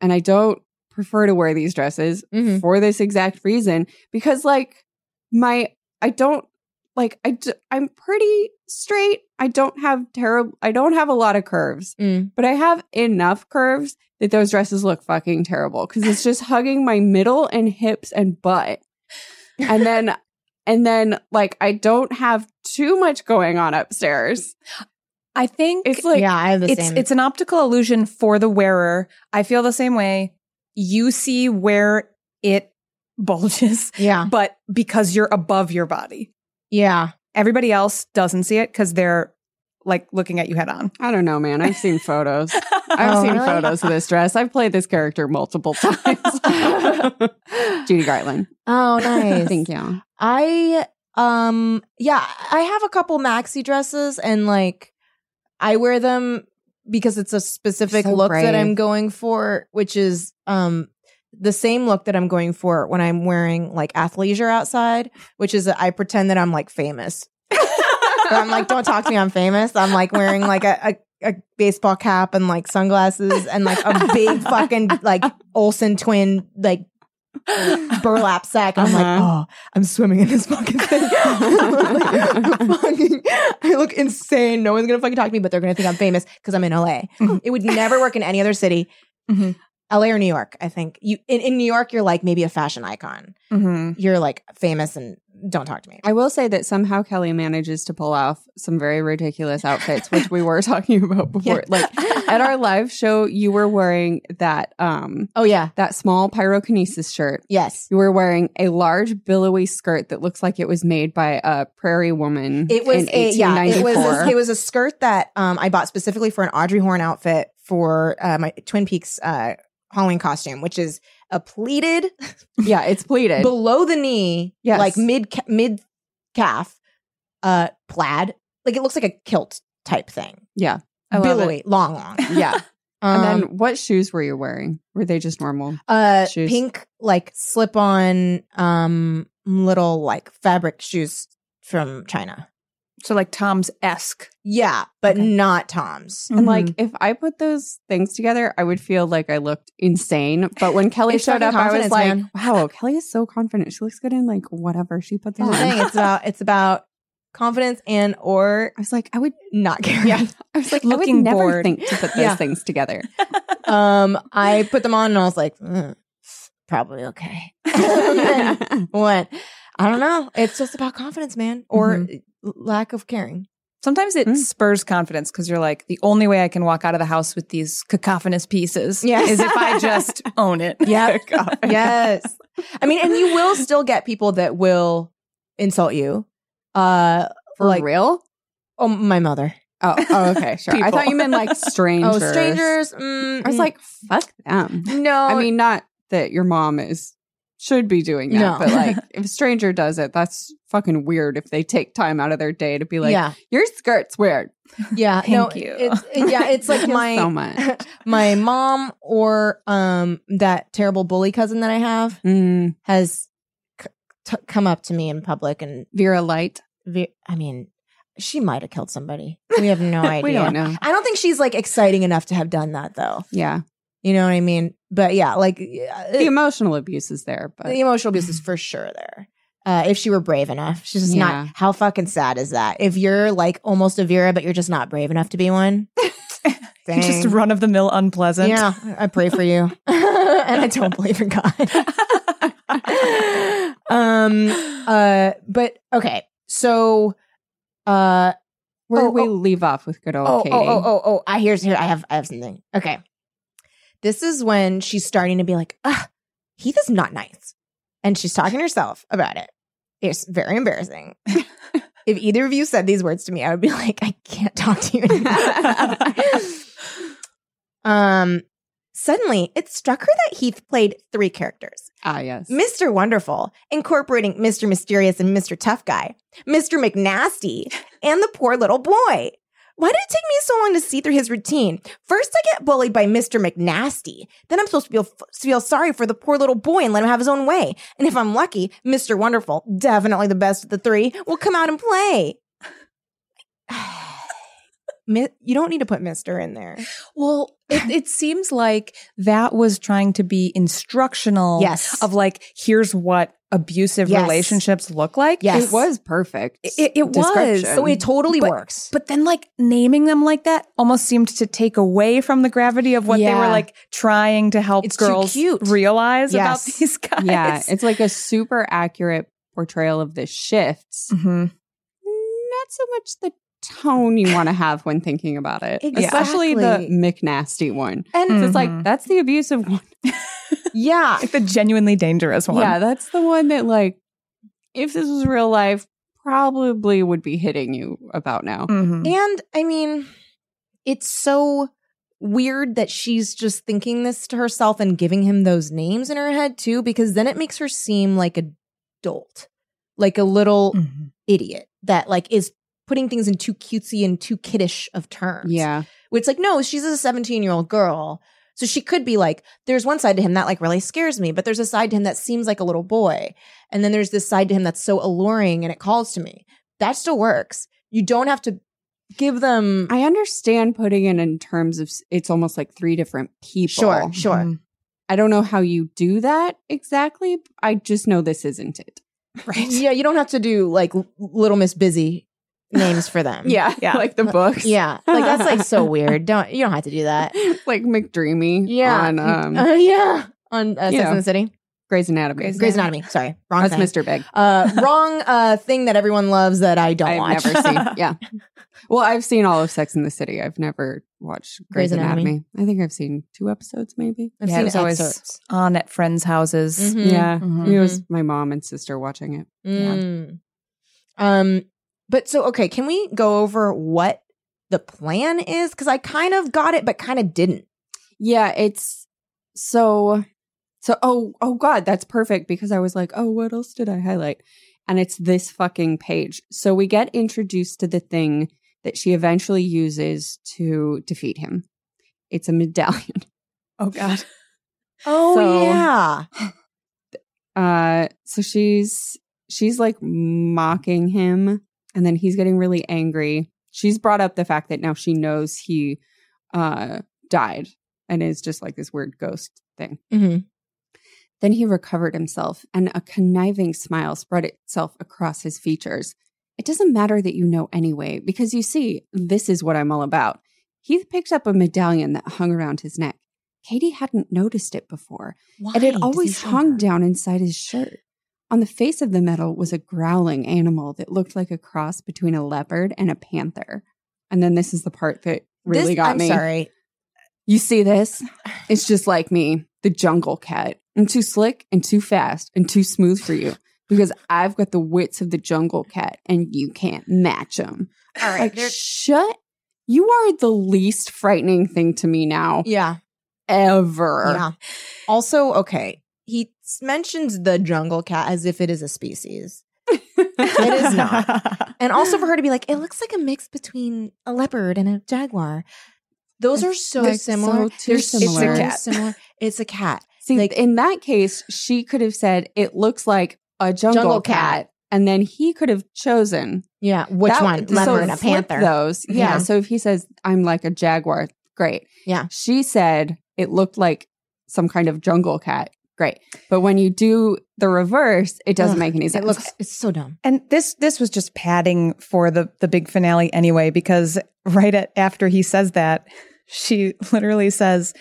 and I don't prefer to wear these dresses
Mhm.
for this exact reason because like my I don't like I d- I'm pretty straight. I don't have terrible I don't have a lot of curves,
Mm.
but I have enough curves that those dresses look fucking terrible cuz it's just hugging my middle and hips and butt. And then and then like I don't have too much going on upstairs.
I think
It's like
yeah, I have the
it's
same.
it's an optical illusion for the wearer. I feel the same way. You see where it bulges,
yeah,
but because you're above your body.
yeah.
Everybody else doesn't see it because they're like looking at you head on.
I don't know, man. I've seen photos. I've
Oh,
seen
really?
photos of this dress. I've played this character multiple times. Judy Garland.
Oh, nice.
Thank you.
I um yeah, I have a couple maxi dresses and like I wear them because it's a specific
So
look that I'm
brave.
going for, which is um the same look that I'm going for when I'm wearing like athleisure outside, which is that I pretend that I'm like famous. But I'm like, don't talk to me, I'm famous. I'm like wearing like a, a, a baseball cap and like sunglasses and like a big fucking like Olsen twin like burlap sack. And I'm
Uh-huh.
like, oh, I'm swimming in this fucking thing. I'm fucking, I look insane. No one's gonna fucking talk to me, but they're gonna think I'm famous because I'm in LA. it would never work in any other city.
Mhm.
LA or New York, I think. You in, in New York, you're like maybe a fashion icon.
Mm-hmm.
You're like famous and don't talk to me.
I will say that somehow Kelly manages to pull off some very ridiculous outfits, which we were talking about before. Like at our live show, you were wearing that um
Oh yeah.
that small pyrokinesis shirt.
Yes.
You were wearing a large billowy skirt that looks like it was made by a prairie woman.
It was
in
a yeah. It was a,
1894.
it was a skirt that um, I bought specifically for an Audrey Horn outfit for uh, my Twin Peaks uh, Halloween costume, which is a pleated
yeah, it's pleated.
below the knee,
Yes.
like mid mid calf, uh, plaid. Like it looks like a kilt type thing,
yeah. I love it.
billowy, long, long.
Yeah.
Um,
And then what shoes were you wearing? Were they just normal?
uh,
shoes.
pink like slip on um little like fabric shoes from China.
So like Tom's esque.
Yeah, but
Okay.
not Tom's.
And like, if I put those things together, I would feel like I looked insane. But when Kelly
It's
showed
fucking
up, I was
confidence,
like,
man.
wow, Kelly is so confident. She looks good in like whatever she puts
Here's
on.
the thing.
I
It's about it's about confidence and or
was like, I would,
not caring.
yeah, I was like, I
Looking
would never
bored.
think to put those
Yeah.
things together.
Um, I put them on and I was like, "Mm, probably okay. And
Oh,
what? I don't know. It's just about confidence, man, or
Mm-hmm.
lack of caring.
Sometimes it
Hmm.
Mm.
spurs confidence because you're like, the only way I can walk out of the house with these cacophonous pieces
Yeah.
is if I just own it.
Yep.
God.
yes. I mean, and you will still get people that will insult you. Uh,
For
like,
real?
oh, my mother.
Oh, oh, okay, sure. I
People.
thought you meant like strangers.
Oh, strangers. Mm,
I was
mm.
like, fuck them.
no.
I mean, not that your mom is should be doing that,
No.
but like if a stranger does it, that's fucking weird. If they take time out of their day to be like,
yeah,
your skirt's weird.
yeah. no,
Thank you.
It's, yeah, it's like
Thank you
my
so much.
my mom or um that terrible bully cousin that I have
Mm,
has c- t- come up to me in public and
Vera Light.
ve- I mean, she might have killed somebody. We have no idea.
We don't know.
I don't think she's like exciting enough to have done that though.
Yeah,
You know what I mean? But yeah, like yeah,
the
it-
emotional abuse is there, but
the emotional abuse is for sure there. Uh, if she were brave enough, she's just
Yeah.
not. How fucking sad is that? If you're like almost a Vera, but you're just not brave enough to be one. Dang.
Just run of the mill unpleasant.
Yeah, I pray for you, and I don't believe in God. um. Uh. But okay. So. Uh.
where
Oh,
do we
oh.
leave off with good old
oh,
Katie?
oh, oh, oh, oh, I here's here. I have I have something. Okay. This is when she's starting to be like, ah, Heath is not nice. And she's talking to herself about it. It's very embarrassing. if either of you said these words to me, I would be like, I can't talk to you anymore. um suddenly it struck her that Heath played three characters.
Ah, yes.
Mr. Wonderful, incorporating Mr. Mysterious and Mr. Tough Guy, Mr. McNasty, and the poor little boy. Why did it take me so long to see through his routine? First, I get bullied by Mr. McNasty. Then I'm supposed to feel, feel sorry for the poor little boy and let him have his own way. And if I'm lucky, Mr. Wonderful, definitely the best of the three, will come out and play. Mi- you don't need to put Mr. in there.
Well, it, it seems like that was trying to be instructional
Yes.
of like, here's what abusive
Yes.
relationships look like.
Yes.
It was perfect.
It, it was.
description.
So it totally
But-
works.
But then, like, naming them like that almost seemed to take away from the gravity of what they were
Yeah.
like trying to help
It's too
girls
cute.
realize
Yes.
about these guys.
yeah, it's like a super accurate portrayal of the shifts.
mm-hmm.
Mhm.
not so much the tone you want to have when thinking about it, especially the
Exactly. Mm-hmm.
McNasty one. And it's like
Mhm.
that's the abusive one.
yeah.
like the genuinely dangerous one.
Yeah, that's the one that like if this was real life, probably would be hitting you about
Mm,
now.
Mhm.
And I mean, it's so weird that she's just thinking this to herself and giving him those names in her head too, because then it makes her seem like a dolt, like a little
Mhm.
idiot that like is putting things in too cutesy and too kiddish of terms.
Yeah.
Which like, no, she's a 17 year old girl. So she could be like, there's one side to him that like really scares me, but there's a side to him that seems like a little boy. And then there's this side to him that's so alluring and it calls to me. That still works. You don't have to give them
I understand putting it in terms of s- it's almost like three different people.
Sure, sure.
Mhm.
I don't know how you do that exactly. I just know this isn't it.
Right.
Yeah, you don't have to do like L- Little Miss Busy names for them.
Yeah.
Like the books.
Um, yeah, like that's like so weird. Don't you don't have to do that.
like McDreamy
Yeah,
on um,
Uh, yeah, on uh,
you
Sex
know.
and the City,
Grey's Anatomy.
Grey's Anatomy. Sorry, wrong
That's
thing.
Mr. Big.
Uh, wrong uh, thing that everyone loves that I don't
I've
watch.
never seen. Yeah. Well, I've seen all of Sex in the City. I've never watched Grey's,
Grey's
Anatomy.
Anatomy.
I think I've seen two episodes, maybe.
I've
Yeah, it
seen
was always
excerpts.
on at friends' houses.
Mhm.
Yeah.
Mhm.
It was my mom and sister watching it.
Mm. Um, but so okay, can we go over what the plan is? Because I kind of got it, but kind of didn't.
Yeah. It's so, so, oh, oh God, that's perfect because I was like, oh, what else did I highlight? And it's this fucking page. So we get introduced to the thing that she eventually uses to defeat him. It's a medallion.
Oh God.
Oh
So-
yeah,
Uh, so she's she's like mocking him and then he's getting really angry. She's brought up the fact that now she knows he uh, died and is just like this weird ghost thing.
Mm-hmm.
Then he recovered himself, and a conniving smile spread itself across his features. It doesn't matter that you know anyway, because you see, this is what I'm all about. He picked up a medallion that hung around his neck. Katie hadn't noticed it before.
Why?
It
does
had
he
always
show
hung
her?
down inside his shirt. On the face of the medal was a growling animal that looked like a cross between a leopard and a panther. And then this is the part that really
This-
got
I'm
me.
Sorry,
You see this? It's just like me, the jungle cat. I'm too slick and too fast and too smooth for you because I've got the wits of the jungle cat and you can't match them.
all right.
Like, shut. You are the least frightening thing to me now,
yeah,
ever.
yeah. Also, okay. He s- mentions the jungle cat as if it is a species, Mm-hmm. It is not. and also for her to be like, it looks like a mix between a leopard and a jaguar. Those are so
Like,
similar.
so too
They're so
similar. It's a cat.
similar. It's a cat.
See,
Like-
in that case, she could have said, it looks like a jungle,
Jungle
cat.
cat.
And then he could have chosen
Yeah, which
That-
one?
so
Leopard and a
flip
panther.
Those. Yeah.
Yeah.
So if he says, I'm like a jaguar, great.
Yeah.
She said it looked like some kind of jungle cat. Great. But when you do the reverse, it doesn't
Ugh,
make any
It
sense.
looks. It's so dumb.
And this this was just padding for the the big finale anyway, because right at, after he says that, she literally says,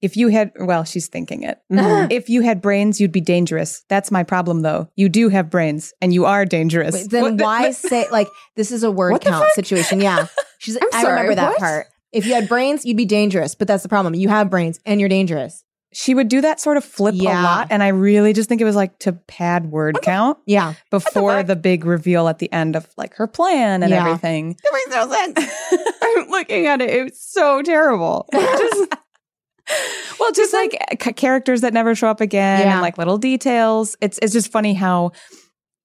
"If you had well, she's thinking it. if you had brains, you'd be dangerous. That's my problem, though. You do have brains, and you are dangerous.
Wait, then
What the-
why say like this is a word
What the
count
fuck?
situation? Yeah, she's.
I'm
I
sorry,
remember that
what?
part. If you had brains, you'd be dangerous. But that's the problem. You have brains, and you're dangerous.
she would do that sort of flip
Yeah.
a lot, and I really just think it was like to pad word count
Yeah,
before the, big reveal at the end of like her plan and
Yeah.
everything.
that makes no sense.
I'm looking at it. It was so terrible. Just-
Well, just like c- characters that never show up again,
Yeah.
and like little details. It's it's just funny how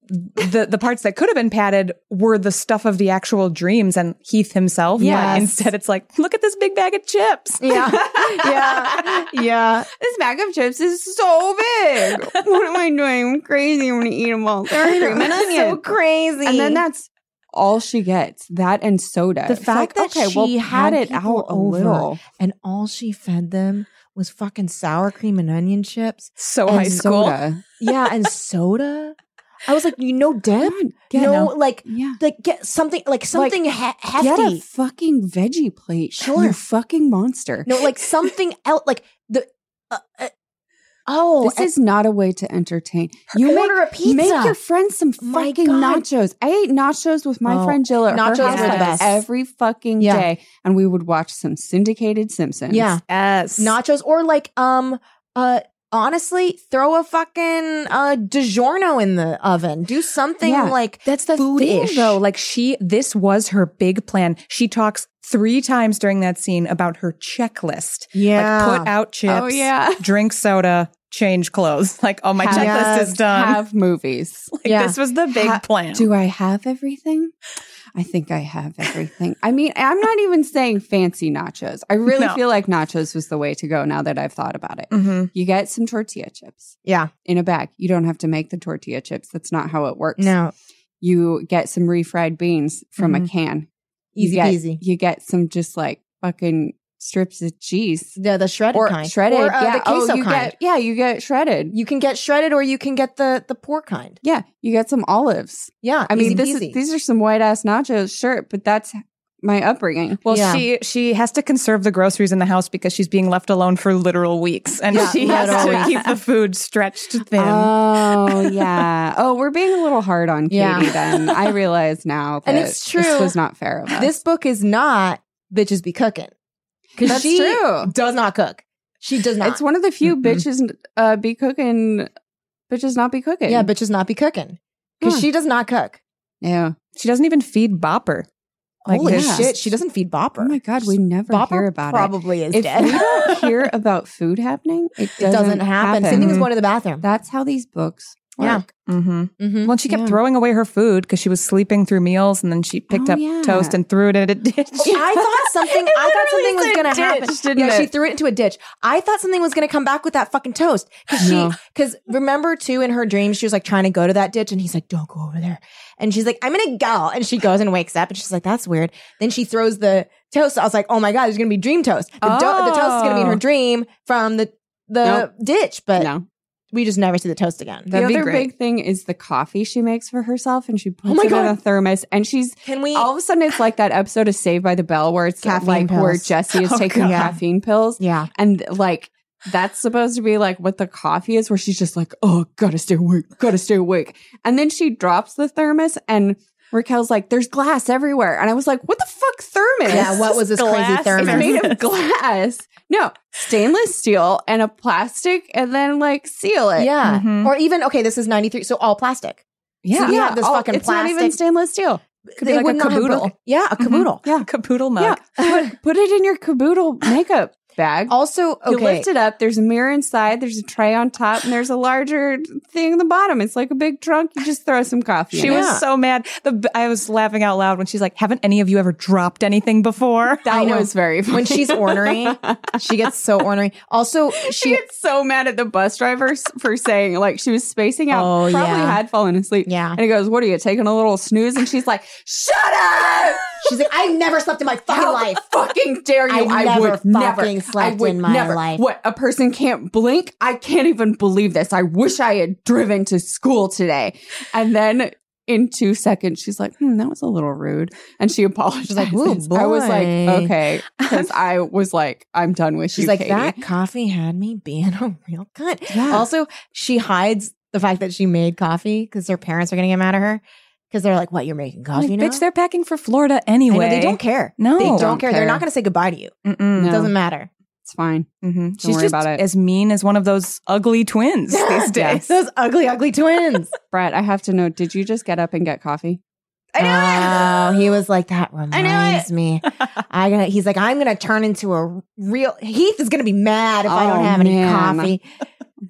the the parts that could have been padded were the stuff of the actual dreams and Heath himself. But
Yes.
instead, it's like, look at this big bag of chips.
Yeah, yeah, yeah.
this bag of chips is so big. what am I doing? I'm crazy. I'm going to eat them all. They're cream and
That's
onion.
so crazy.
and then that's all she gets that and soda.
The
It's
fact
like,
that she
pad
had people over. and all she fed them was fucking sour cream and onion chips.
So
and
high school.
soda.
Yeah, and soda. I was like, you know, dip.
God,
You
get
no,
no-
like,
yeah.
like get something, like something he- hefty.
Get a fucking veggie plate.
Sure.
You fucking monster.
No, like something else, like the. Uh, uh, oh,
this is not a way to entertain.
you
You make,
order a pizza. Oh
make your friends some
My
fucking
God.
nachos. I ate nachos with my
Oh,
friend Jill at her
nachos
were
house
the
best.
every fucking
Yeah.
day, and we would watch some syndicated Simpsons.
yeah,
Yes.
nachos or like um uh. Honestly, throw a fucking uh DiGiorno in the oven. Do something
Yeah.
like
That's the
Food-ish.
thing, though. Like she, this was her big plan. She talks three times during that scene about her checklist. Like put out chips.
Oh yeah.
Drink soda. Change clothes. Like oh, my
Have-
checklist
Yes,
is done.
Have movies.
Like,
Yeah.
This was the big
Ha-
plan.
Do I have everything? I think I have everything. I mean, I'm not even saying fancy nachos. I really
No.
feel like nachos was the way to go now that I've thought about
Mm.
it.
Mm-hmm.
You get some tortilla chips
yeah,
in a bag. You don't have to make the tortilla chips. That's not how it works.
no, Mm-hmm.
You get some refried beans from a can. You
easy
get-
peasy.
You get some just like fucking strips of cheese
The the shredded
or
kind,
shredded.
or, uh,
yeah.
the
oh,
queso
you
kind.
get yeah, you get shredded.
you can get shredded, or you can get the the poor kind.
yeah, you get some olives.
Yeah,
I mean,
easy
this is,
peasy.
these are some white ass nachos, sure, but that's my upbringing.
Well,
Yeah.
she she has to conserve the groceries in the house because she's being left alone for literal weeks, and
Yeah,
she has
literal
to
weeks.
keep the food stretched thin.
Oh yeah. Oh, we're being a little hard on Katie.
Yeah.
Then I realize now that
And it's
This
true.
was not fair of us.
this book is not bitches be cooking because
That's
she
true.
does not cook. She does not. Mm-hmm.
It's one of the few
Mm-mm.
bitches uh, be cooking, bitches not be cooking.
yeah, bitches not be cooking because
Yeah.
she does not cook.
yeah. Oh
She doesn't even feed Bopper. Like
Holy
this-
shit, she doesn't feed Bopper.
Oh my god, we never
Bopper
hear about
probably is
it. If
dead.
we don't hear about food happening, it
it
doesn't,
doesn't happen. Same thing as going to the bathroom.
That's how these books
Yeah.
work.
Mm-hmm.
Mm-hmm.
Well, she kept
Yeah.
throwing away her food because she was sleeping through meals, and then she picked
Oh,
up
yeah.
toast and threw it in a ditch.
I thought something.
It
I thought
literally
something was
said
going to
ditch,
happen.
didn't
yeah, she
it?
threw it into a ditch. I thought something was going to come back with that fucking toast. Because she,
No.
because remember too, in her dream, she was like trying to go to that ditch, and he's like, "Don't go over there." And she's like, "I'm gonna go," and she goes and wakes up, and she's like, "That's weird." Then she throws the toast. I was like, "Oh my god, there's gonna be dream toast. The, do- the toast is gonna be in her
Oh.
dream from the the
Nope.
ditch." But
no.
we just never see the toast again.
The
That'd be
other
great.
big thing is the coffee she makes for herself and she puts
Oh my
it in
God.
a thermos and she's
Can we?
all of a sudden it's like that episode of Saved by the Bell where it's
Caffeine
like where
pills.
Jesse is
Oh,
taking
God.
caffeine pills
yeah.
and like that's supposed to be like what the coffee is where she's just like oh gotta stay awake gotta stay awake and then she drops the thermos and Raquel's like there's glass everywhere and I was like what the fuck thermos
Yeah. What was this crazy
Glass.
thermos?
it's made of glass no stainless steel and a plastic and then like seal it
yeah.
Mhm.
Or even okay, this is 93, so all plastic. So we have this fucking
Oh, it's not even
plastic-
stainless steel.
be like a
would not have
caboodle.
broken- Yeah, a
Mhm.
caboodle.
yeah, caboodle mug.
Yeah, put, put it in your caboodle makeup bag.
Also,
Oh, You
okay.
lift it up. There's a mirror inside. There's a tray on top, and there's a larger thing in the bottom. It's like a big trunk. You just throw some coffee.
She
in it.
Yeah.
was so mad. The I was laughing out loud when she's like, "Haven't any of you ever dropped anything before?"
I
That
know.
was very funny.
when she's ornery, she gets so ornery. Also,
she
she
gets so mad at the bus driver s- for saying like she was spacing out.
Oh,
probably
yeah.
had fallen asleep.
Yeah.
and he goes, "What are you taking a little snooze?" And she's like, "Shut up!
she's like, I never slept in my fucking
How
life.
the fucking dare you?
I
I,
never
would never.
fucking slept
I would
in my
never.
life.
What a person can't blink. I can't even believe this. I wish I had driven to school today. And then in two seconds, she's like, "Hmm, that was a little rude," and she apologized.
She's like, "Ooh,
I was like,
boy."
"Okay," because I was like, "I'm done with
She's
you,
like,
Katie."
that coffee had me being a real cunt.
Yeah.
Also, she hides the fact that she made coffee because her parents are gonna get mad at her because they're like, "What you're making
I'm
coffee
like,
now?"
bitch, they're packing for Florida
I know,
anyway.
they don't care.
No.
they don't,
Don't
care. They're
care.
not gonna say goodbye to you.
Mm-mm.
It
No.
doesn't matter.
It's fine.
Mm-hmm. She's
worry
just
about it.
as mean as one of those ugly twins these
Yeah.
days.
Those ugly, ugly twins.
Brett, I have to know. Did you just get up and get coffee?
Oh, he was like, that reminds me. I gonna he's like, I'm gonna turn into a real Heath is gonna be mad if I don't
Oh,
have
man.
any coffee.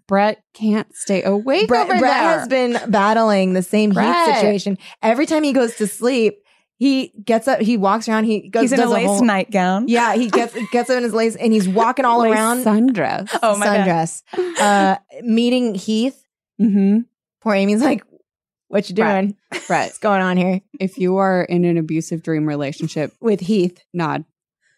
Brett can't stay awake
Brett,
over
Brett
there.
has been battling the same
Brett.
Heath situation. Every time he goes to sleep, he gets up, he walks around, he goes
He's in a
does
lace
whole-
nightgown.
Yeah, he gets gets up in his lace and he's walking all
Like
around
sundress.
Oh my god.
sundress. Uh meeting Heath.
Mm-hmm.
Poor Amy's like, What you
Brett.
doing?
Brett,
What's going on here?
if you are in an abusive dream relationship,
With Heath.
nod.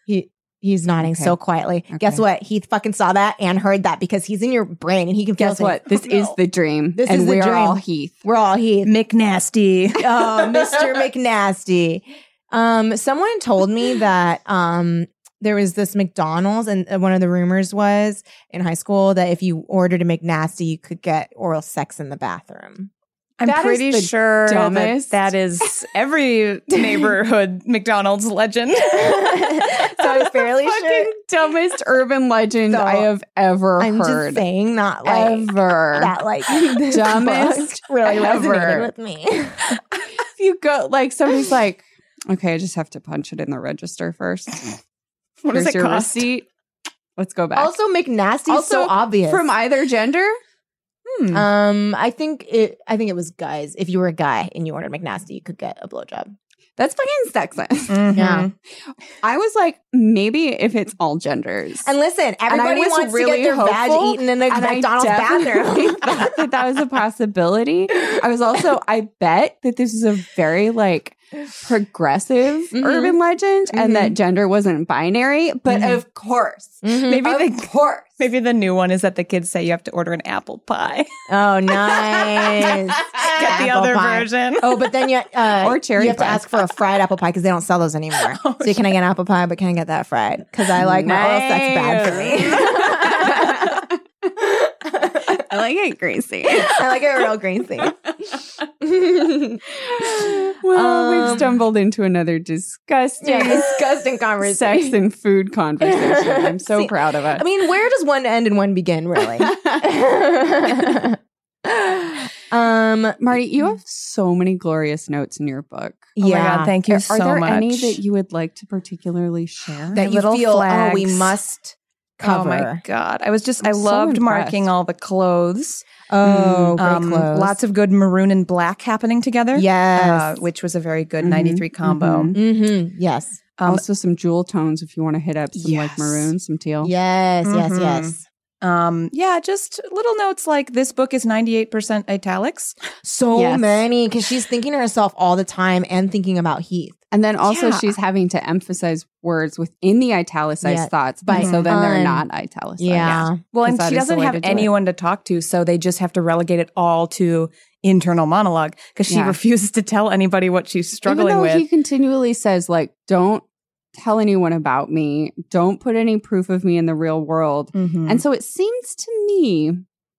He he's nodding
Okay.
so quietly. Guess
Okay.
what? He fucking saw that and heard that because he's in your brain and he can feel
Guess
things.
what? This
No.
is the dream.
This
and
is the
we are
dream.
all Heath.
We're all Heath.
McNasty.
Oh, Mr. McNasty. Um, someone told me that um there was this McDonald's and uh, one of the rumors was in high school that if you ordered a McNasty, you could get oral sex in the bathroom.
I'm
That is
pretty
the
sure
dumbest.
that that is every neighborhood McDonald's legend.
So I'm fairly sure.
Fucking dumbest urban legend
No,
I have ever
I'm just
heard.
saying, not like
ever.
that, like this
Dumbest
book really resonated
ever.
with me.
if you go, like, somebody's like, okay, I just have to punch it in the register first.
what does
Here's
it
your
cost?
receipt. Let's go back.
Also, McNasty is
Also,
so obvious
From either gender?
Hmm.
Um, I think it. I think it was guys. If you were a guy and you ordered McNasty, you could get a blowjob.
That's fucking sexist.
Mhm.
yeah.
I was like, maybe if it's all genders.
And listen, everybody
was
wants to
really
get their vag
hopeful,
eaten in a
And I
McDonald's
definitely
bathroom.
thought that that was a possibility. I was also, I bet that this is a very like progressive
Mhm.
urban legend and that gender wasn't binary. But
Mhm.
of course,
Mhm.
Maybe
of
the
course,
maybe the new one is that the kids say you have to order an apple pie.
Oh, nice.
Get the
Apple
other
pie.
version.
Oh, but then you uh,
Or cherry
You have to
pie.
ask for a fried apple pie because they don't sell those anymore.
Oh,
so can I get an apple pie? But can I get that fried? Because I like my oral sex bad for me.
I like it, Gracie.
I like a real green thing.
Well,
Um,
we've stumbled into another disgusting
yeah, disgusting conversation.
sex and food conversation. I'm so
See,
proud of us.
I mean, where does one end and one begin, really? um,
Marty, you have so many glorious notes in your book.
Oh my
yeah,
God, thank you
are,
so
are there
much.
any that you would like to particularly share?
that you
little
feel oh, we
flags.
must cover.
Oh my god! I was just i
I'm so
loved marking
impressed.
all the clothes.
Oh, great
Um,
clothes.
Lots of good maroon and black happening together.
Yes.
uh, which was a very good
Mhm.
93 combo.
Mhm.
Mm-hmm. Yes.
Um,
also, some jewel tones if you want to hit up some like
Yes.
maroon, some teal.
Yes. Yes.
Mhm.
Yes.
um, yeah, just little notes like this book is 98% italics.
So
Yes.
many because she's thinking to herself all the time and thinking about Heath.
And then also,
Yeah.
she's having to emphasize words within the italicized
Yeah.
thoughts, but
Mhm.
so then they're
Fun.
not italicized.
Well,
Because
and
that
she
is the
doesn't
way
have
to do it.
anyone to talk to, so they just have to relegate it all to internal monologue because she
Yeah.
refuses to tell anybody what she's
Even
struggling
though
with.
he continually says, like, don't tell anyone about me, don't put any proof of me in the real world.
Mhm.
And so it seems to me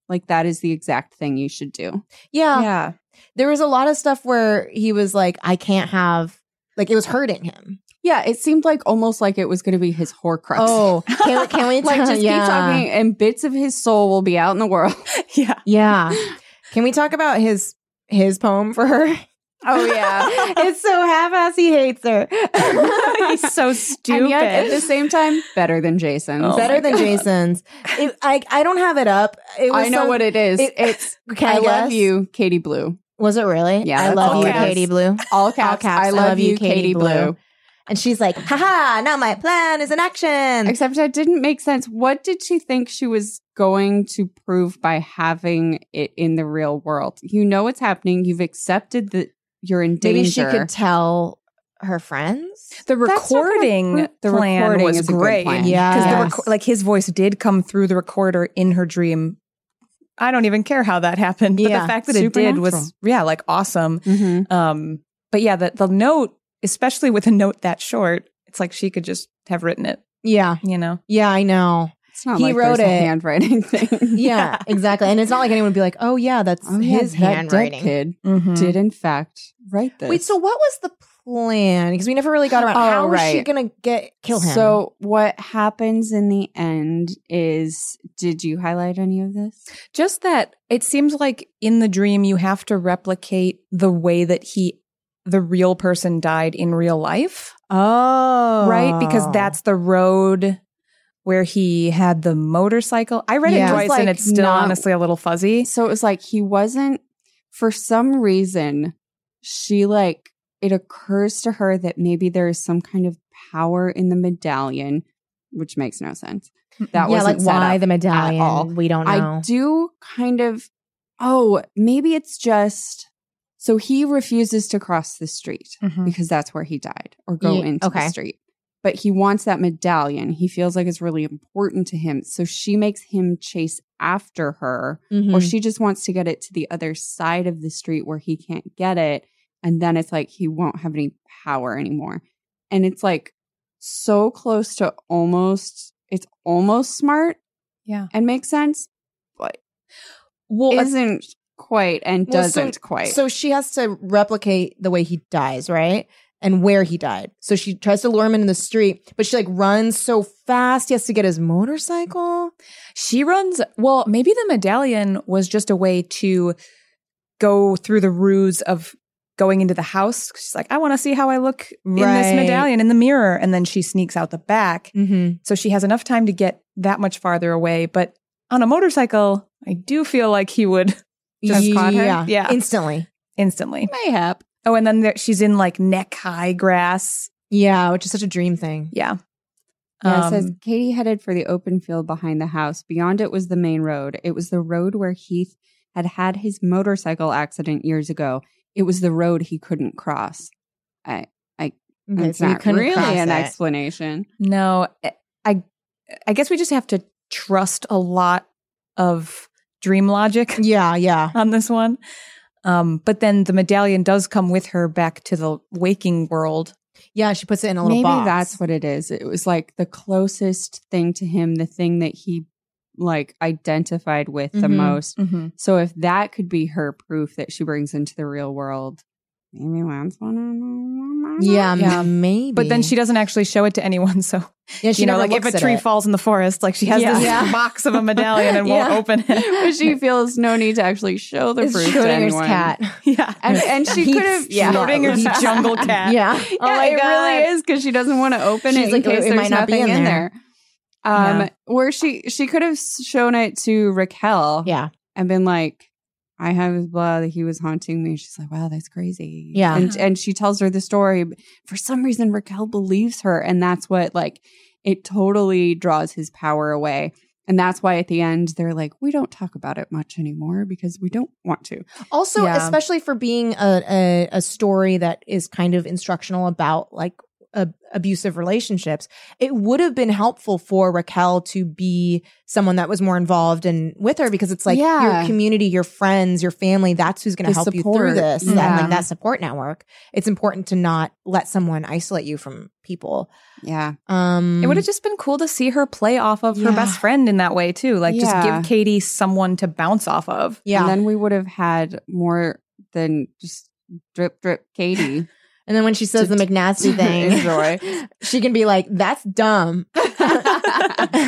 like that is the exact thing you should do.
Yeah.
yeah.
There was a lot of stuff where he was like, I can't have, like, it was hurting him.
Yeah, it seemed like almost like it was going to be his horcrux.
Oh, can, can we
like
talk-
just
yeah.
keep talking, and bits of his soul will be out in the world.
Yeah.
Yeah. Can we talk about his his poem for her?
Oh yeah,
it's so half ass he hates her.
He's so stupid.
and yet at the same time, better than Jason.
Oh
Better
my
than
God.
Jason's. It, I I don't have it up. It was
I know
some-
what it is.
it-
it's
Can
I, love
guess?
you, Katie Blue.
Was it really?
Yeah,
I
that's
love
all
you,
it is.
Katie Blue.
All caps.
caps,
I, love you, Katie, Blue.
And she's like, haha, now my plan is in action.
Except that didn't make sense. What did she think she was going to prove by having it in the real world? You know what's happening. You've accepted that you're in danger.
Maybe she could tell her friends.
The
That's not gonna
recording
prove- the
plan
recording
was
is a good
great.
plan.
Yeah.
Because
Yes.
the rec- like his voice did come through the recorder in her dream. I don't even care how that happened, but
Yeah.
the fact that it did was yeah, like awesome.
Mhm.
Um, but yeah, the the note, especially with a note that short, it's like she could just have written it.
Yeah.
You know,
Yeah, I know.
It's not
He
like
wrote
there's a
it.
handwriting thing.
Yeah, exactly. And it's not like anyone would be like, oh, yeah, that's
Oh, yeah,
his
that dead
handwriting. Mm.
kid
Mhm.
did in fact write this.
Wait, so what was the plan? Because we never really got around.
Oh,
How was she
right.
gonna get kill him?
So what happens in the end is did you highlight any of this?
just that it seems like in the dream you have to replicate the way that he, the real person, died in real life.
oh,
right? Because that's the road where he had the motorcycle. I read
Yeah.
it
It was
twice
like
and it's still
not-
honestly a little fuzzy.
So it was like he wasn't for some reason she like it occurs to her that maybe there is some kind of power in the medallion, which makes no sense. That
yeah,
wasn't
like
set
why
up
the medallion?
all.
We don't know.
I do kind of oh, maybe it's just so he refuses to cross the street. because that's where he died or go
Mm. Ye-
into
okay.
the street. But he wants that medallion. He feels like it's really important to him. So she makes him chase after her,
Mhm.
or she just wants to get it to the other side of the street where he can't get it. And then it's like he won't have any power anymore. And it's like so close to almost, it's almost smart
Yeah.
and makes sense, but
Well, uh,
isn't quite and
Well, so-
doesn't quite.
so she has to replicate the way he dies, right? And where he died. So she tries to lure him into the street, but she like runs so fast. He has to get his motorcycle.
she runs. Well, maybe the medallion was just a way to go through the ruse of going into the house. She's like, I want to see how I look in this
Right.
medallion in the mirror. And then she sneaks out the back.
Mm-hmm.
So she has enough time to get that much farther away. But on a motorcycle, I do feel like he would Just caught her?
Yeah,
Yeah.
instantly.
instantly.
mayhap.
Oh, and then there, she's in like neck high grass.
Yeah, which is such a dream thing.
Yeah.
Yeah, it
Um,
says Katie headed for the open field behind the house. Beyond it was the main road. It was the road where Heath had had his motorcycle accident years ago. It was the road he couldn't cross. I,
Okay,
it's
so you
not
couldn't
really
cross
an
it.
explanation.
no, I- I, I guess we just have to trust a lot of dream logic
Yeah, yeah.
on this one. Um, but then the medallion does come with her back to the waking world.
Yeah, she puts it in a little
Maybe
box.
that's what it is. It was like the closest thing to him, the thing that he like identified with the
Mhm.
most. So if that could be her proof that she brings into the real world, maybe that's one.
Yeah, um,
Yeah.
maybe.
But then she doesn't actually show it to anyone. So,
yeah, she
you know,
never
like if
looks
a
at
tree
it.
falls in the forest, like she has
Yeah.
this
Yeah.
box of a medallion and
Yeah.
won't open it.
but she feels no need to actually show the
It's
proof to
Schrodinger's
anyone.
cat.
yeah.
And, and she
Heath
could have yeah.
Schrodinger's
Yeah.
jungle cat.
Yeah. Oh,
Yeah, it really is because she doesn't want to open it
She's
in
like, "Oh,
case
it
there's
might not be
nothing
in
in
there.
there. Um,
Yeah.
where she she could have shown it to Raquel
Yeah.
and been like, "I have his blood. He was haunting me." She's like, "Wow, that's crazy."
Yeah.
and and she tells her the story. For some reason, Raquel believes her, and that's what like it totally draws his power away. And that's why at the end they're like, "We don't talk about it much anymore because we don't want to."
Also,
Yeah.
especially for being a, a a story that is kind of instructional about like ab- abusive relationships, it would have been helpful for Raquel to be someone that was more involved and with her because it's like
Yeah.
your community, your friends, your family. That's who's going to
The
help you
support. Mm-hmm.
through this and
Yeah.
like that support network. It's important to not let someone isolate you from people.
Yeah,
Um,
It would have just been cool to see her play off of her
Yeah.
best friend in that way too. Like just
Yeah.
give Katie someone to bounce off of.
yeah.
And then we would have had more than just drip drip Katie.
And then when she says the McNasty
Enjoy.
thing, she can be like, "That's dumb."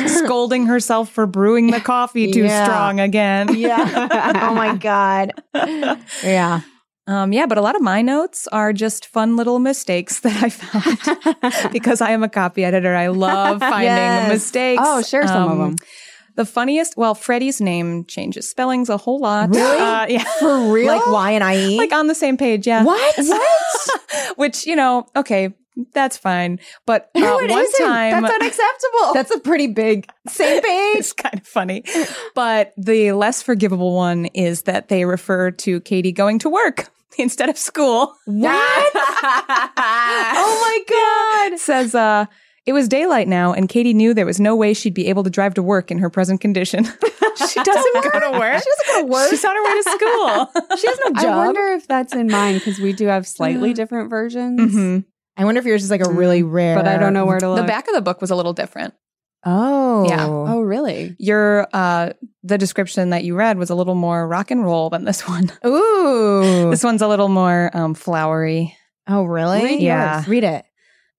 Scolding herself for brewing the coffee too
Yeah.
strong again.
yeah. oh my god. Yeah.
Um, yeah, but a lot of my notes are just fun little mistakes that I found because I am a copy editor. I love finding
Yes.
mistakes. Um,
Oh, share some of them.
The funniest, well, Freddie's name changes spellings a whole lot.
Really?
Uh, yeah.
For real? Like Y and I E?
like uh, on the same page, yeah.
what?
What? Which you know, okay, that's fine. But uh,
No, it
one
isn't.
time,
That's unacceptable. That's a pretty big same page.
it's kind of funny. But the less forgivable one is that they refer to Katie going to work instead of school.
oh my god.
It says, uh, it was daylight now, and Katie knew there was no way she'd be able to drive to work in her present condition. she doesn't go to work. She doesn't go to work. She's on her way to school.
She has no
I
job.
wonder if that's in mine because we do have slightly different versions.
Mhm.
I wonder if yours is like a really rare.
But I don't know where to look.
The back of the book was a little different.
Oh.
Yeah.
Oh, really?
Your uh, the description that you read was a little more rock and roll than this one.
Ooh.
This one's a little more um, flowery.
Oh really?
Read Yeah. yours.
Read it.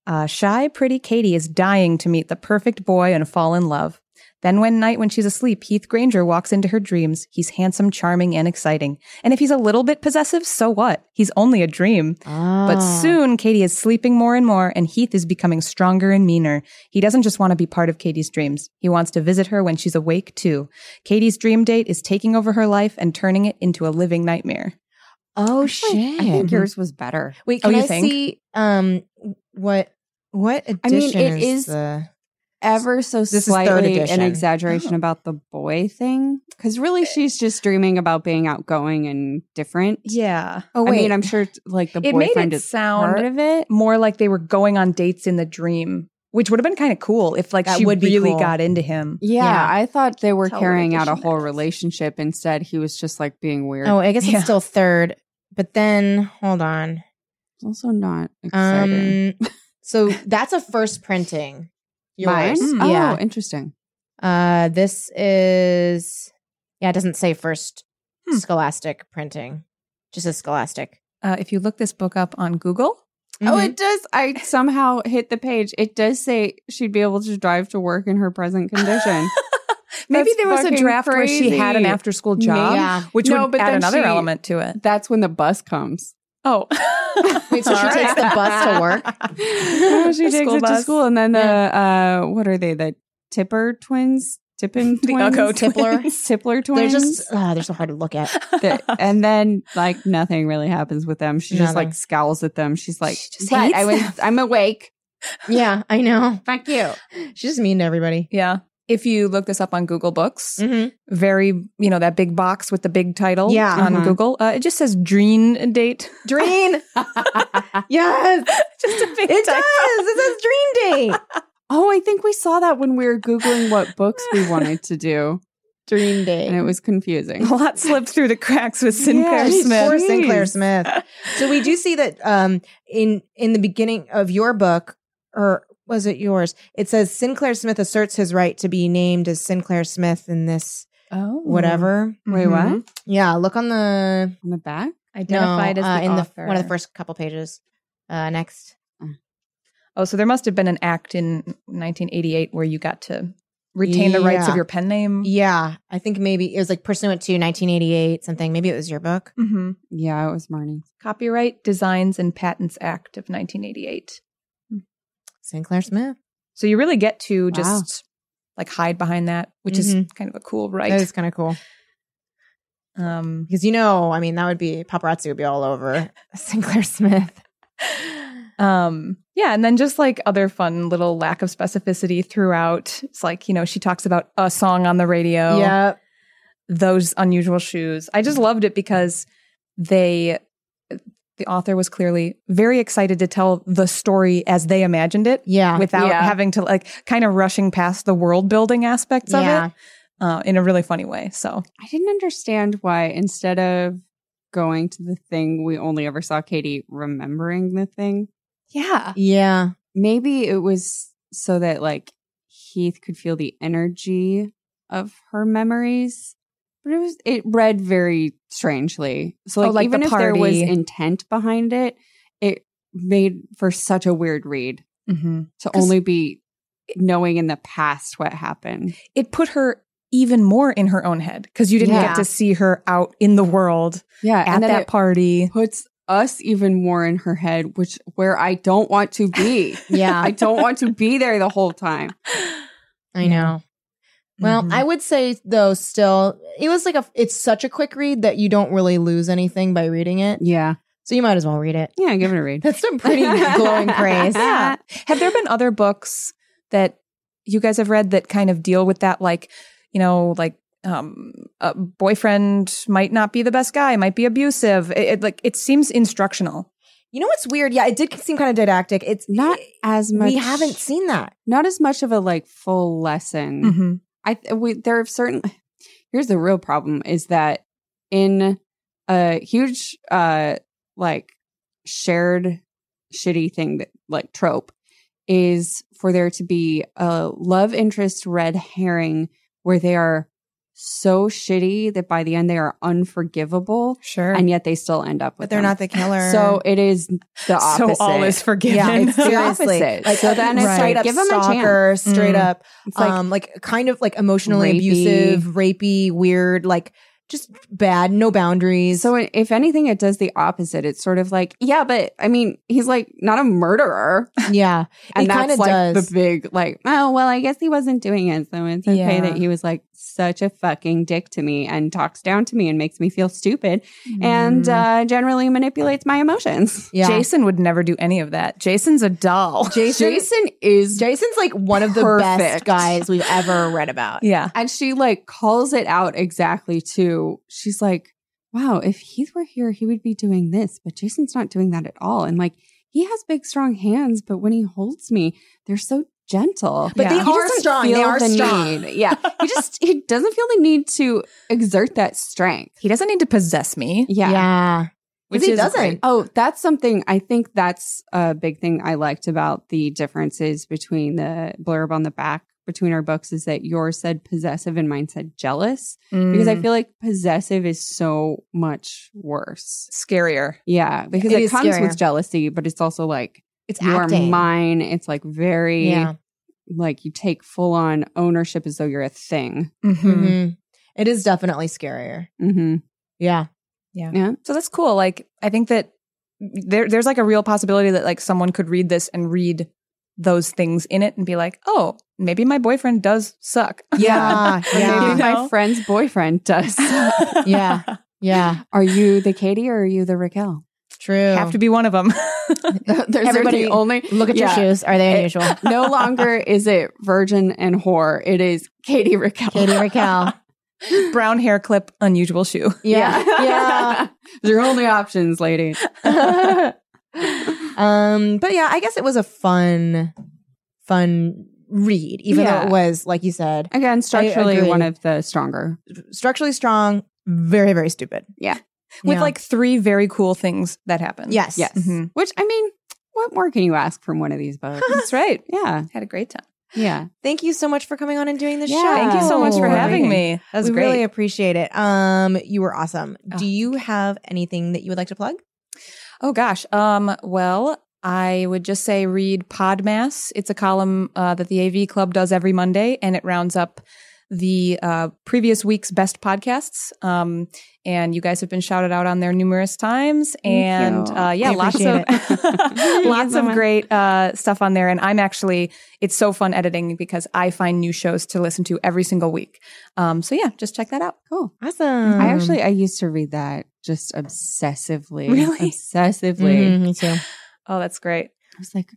Uh, shy, pretty Katie is dying to meet the perfect boy and fall in love. Then one night when she's asleep, Heath Granger walks into her dreams. He's handsome, charming, and exciting. And if he's a little bit possessive, so what? He's only a dream. But
Oh.
soon, Katie is sleeping more and more, and Heath is becoming stronger and meaner. He doesn't just want to be part of Katie's dreams. He wants to visit her when she's awake, too. Katie's dream date is taking over her life and turning it into a living nightmare.
Oh
I
shit.
think yours was better.
Wait,
Oh,
can
you
I
think?
see um what what edition
I mean, it
is
is-
the
Ever so
is third
slightly an
edition.
exaggeration about the boy thing. Because really, she's just dreaming about being outgoing and different.
Yeah.
Oh
I mean, I'm sure like the
It made
boyfriend
it
is
sound-
part of it.
more like they were going on dates in the dream, which would have been kind of cool if like
That
she
would be
really
cool.
got into him.
Yeah,
Yeah.
I thought they were
Tell her
carrying out a
edition
whole
that is.
relationship. Instead, he was just like being weird.
Oh, I guess
Yeah.
it's still third. But then hold on.
It's also not exciting.
Um so that's a first printing. Yours.
Mine?
Mm.
Yeah.
Oh, interesting.
Uh this is yeah, it doesn't say first
Hmm.
scholastic printing. Just a scholastic.
Uh, if you look this book up on Google,
Oh,
Mhm.
it does. I somehow hit the page. It does say she'd be able to drive to work in her present condition.
maybe
That's
there was a
fucking
draft where she had an
crazy.
after school job,
Yeah.
which
No,
would
but
add
then
another
she-
element to it.
That's when the bus comes.
Oh,
Wait, so she
All
takes the
right.
bus to work?
Oh, she
The
takes
school
it to
bus.
school, and then the uh, what are they? The Tipper twins, Tippin
The
twins,
Ucko
Tippler.
twins.
Tippler
They're
twins.
just ah, they're so hard to look at.
The- and then like nothing really happens with them. She just
Nothing.
like scowls at them. She's like,
She just
"What?
hates
I was,
them."
I'm awake.
yeah, I know.
Fuck you.
She's just mean to everybody.
Yeah. If you look this up on Google Books,
Mm-hmm.
very, you know, that big box with the big title
Yeah. uh-huh.
on
Mhm.
Google, uh, it just says dream date.
Dream. yes.
just a big
It
typo.
does. It says dream date.
oh, I think we saw that when we were googling what books we wanted to do,
Dream
and it
date.
was confusing.
A lot slipped through the cracks with
Yeah,
Sinclair
she's
Smith.
Poor Sinclair Smith. So we do see that um, in in the beginning of your book, or was it yours? It says Sinclair Smith asserts his right to be named as Sinclair Smith in this
Oh,
whatever.
Wait, what?
Mhm.
On
Yeah, look on the
the back?
Identified
no,
as
uh,
the
in
author.
the one of the first couple pages. Uh, next,
Oh, so there must have been an act in 1988 where you got to retain the rights
Yeah.
of your pen name.
yeah, I think maybe it was like pursuant to 1988 something. Maybe it was your book.
Mm-hmm.
Yeah, it was Marnie.
Copyright Designs and Patents Act of 1988.
Sinclair Smith.
So you really get to
Wow.
just like hide behind that, which is kind of a cool right.
That is kind of cool
um,
because you know, I mean, that would be paparazzi would be all over Sinclair Smith.
um, yeah, and then just like other fun little lack of specificity throughout. It's like you know she talks about a song on the radio.
Yep.
those unusual shoes. I just loved it because they the author was clearly very excited to tell the story as they imagined it
Yeah.
without
Yeah.
having to like kind of rushing past the world building aspects
yeah.
of it uh, in a really funny way. So
I didn't understand why instead of going to the thing we only ever saw Katie remembering the thing,
yeah,
Yeah.
maybe it was so that like Heath could feel the energy of her memories. But it was it read very strangely. So
Oh,
like,
like
even
the
if there was
party.
intent behind it, it made for such a weird read
mm-hmm.
to
'Cause-
only be knowing in the past what happened.
it put her even more in her own head because you didn't
Yeah.
get to see her out in the world
Yeah,
at that
it
party.
puts us even more in her head, which where I don't want to be.
Yeah.
I don't want to be there the whole time.
I know. Well,
Mm-hmm.
Mhm.
I would say though, still, it was like a. It's such a quick read that you don't really lose anything by reading it.
Yeah,
So you might as well read it.
yeah, give it a read.
That's some pretty glowing praise.
Yeah. Have there been other books that you guys have read that kind of deal with that, like, you know, like um, a boyfriend might not be the best guy, might be abusive. It, it like it seems instructional.
You know what's weird? Yeah, it did seem kind of didactic. It's
Not as much.
We haven't seen that.
not as much of a like full lesson.
Mm-hmm.
I th- we, there have certain. Here's the real problem: is that in a huge uh like shared shitty thing that like trope is for there to be a love interest red herring where they are so shitty that by the end they are unforgivable
Sure.
and yet they still end up with
but they're
them.
not the killer.
so it is the
so
opposite
all is forgiven.
Yeah,
it's the
Seriously.
opposite so then it's like
straight
um,
up
give them a chance
stalker, straight
Mm.
up,
It's like-
um, like kind of like emotionally
Rapey.
abusive, rapey, weird, like just bad, no boundaries.
So i- if anything, it does the opposite. It's sort of like, yeah, but I mean, he's like not a murderer,
yeah,
and
it kind
that's
of
like
does.
the big like, oh well, I guess he wasn't doing it, so it's okay
Yeah.
that he was like such a fucking dick to me and talks down to me and makes me feel stupid and
Mm-hmm.
uh, generally manipulates my emotions.
yeah,
Jason would never do any of that. Jason's a doll.
Jason,
Jason is,
Jason's like one of the best
Perfect.
guys we've ever read about.
yeah.
and she like calls it out exactly too. She's like, wow, if Heath were here, he would be doing this, but Jason's not doing that at all, and like. he has big strong hands, but when he holds me, they're so gentle.
But they
He
are
doesn't
strong. They
feel
are
the
strong.
Need. Yeah. He just he doesn't feel the need to exert that strength.
He doesn't need to possess me.
Yeah.
yeah.
Which
he
is
doesn't.
great.
Oh, that's something I think that's a big thing I liked about the differences between the blurb on the back between our books is that yours said possessive and mine said jealous because
Mm.
Mm-hmm.
I feel like possessive is so much worse.
scarier.
Yeah, because
It
it,
is
comes
scarier.
with jealousy, but it's also like
It's
you
acting.
are mine. It's like very
Yeah.
like you take full on ownership as though you're a thing.
Mhm.
Mhm. It is definitely scarier.
Mm-hmm.
Yeah.
So that's cool. Like I think that there there's like a real possibility that like someone could read this and read those things in it and be like, "Oh, maybe my boyfriend does suck."
Yeah.
Maybe
Yeah.
You know?
my friend's boyfriend does.
Yeah. Yeah.
are you the Katie or are you the Raquel?
True.
Have to be one of them.
There's
Everybody-
the only
Look at
Yeah.
your shoes. Are they
It-
unusual?
no longer is it virgin and whore. It is Katie Raquel.
Katie Raquel.
Brown hair clip, unusual shoe.
Yeah. Yeah.
Those are your only options, ladies.
um, but yeah, I guess it was a fun, fun read, even
Yeah.
though it was, like you said,
Again, structurally
agree.
one of the stronger.
structurally strong, very, very stupid.
Yeah.
With
Yeah.
like three very cool things that happened.
yes. Mm-hmm.
Yes.
Mhm.
Which I mean, what more can you ask from one of these books?
That's right.
yeah.
Had a great time.
Yeah.
Thank you so much for coming on and doing this
Yeah.
show.
Thank you so much for
Oh.
having me. That was
we
great.
really appreciate it. Um, you were awesome.
Oh.
Do you have anything that you would like to plug?
Oh gosh. Um. Well, I would just say read Podmass. It's a column uh, that the AV Club does every Monday, and it rounds up the uh, previous week's best podcasts. Um, and you guys have been shouted out on there numerous times. and
you.
uh, yeah,
We
lots of
appreciate
lots
so
of
much.
great uh, stuff on there. And I'm actually, it's so fun editing because I find new shows to listen to every single week. Um, so yeah, just check that out.
Cool.
Awesome.
I actually I used to read that just obsessively.
Really?
Obsessively.
Mm-hmm, me too.
Oh, that's great.
I was like,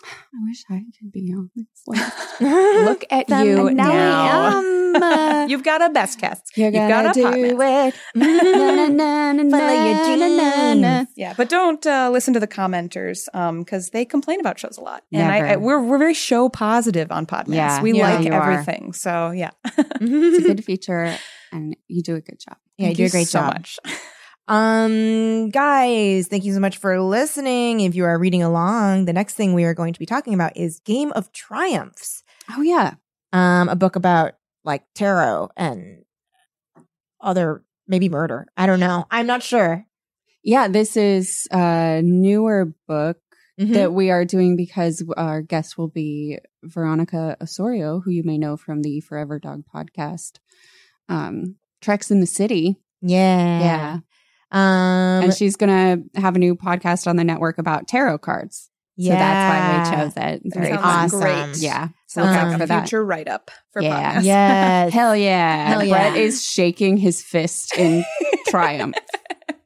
I wish I could be on this list.
Look at you
and
now.
now I am. Uh,
You've got a best cast.
You're
You've got
gonna
a
do
podcast.
it. Mm-hmm. Na, na, na, na,
Follow your
na, na, na.
Yeah, but don't uh, listen to the commenters because they complain about shows a lot. And I, I,
Never.
we're we're very show positive on Podmas.
Yeah.
we
Yeah,
like
you are.
everything. So yeah,
It's a good feature, and you do a good job.
Yeah, you
Thank
do a great
so
job.
much.
Um, guys, thank you so much for listening. If you are reading along, the next thing we are going to be talking about is Game of Triumphs,
Oh yeah,
um, a book about like tarot and other maybe murder. I don't know. I'm not sure.
yeah. This is a newer book
That-
that we are doing because our guest will be Veronica Osorio, who you may know from the Forever Dog podcast, um, Treks in the City.
yeah,
Yeah,
Um,
and she's gonna have a new podcast on the network about tarot cards.
yeah,
So that's why we chose it. Very
sounds
fun.
awesome.
great.
Yeah. So look
Sounds
Um,
out
like
for
a
that.
future write up for
Yeah.
Podmas.
Yes,
Hell yeah.
Hell
Brett
yeah.
is shaking his fist in triumph.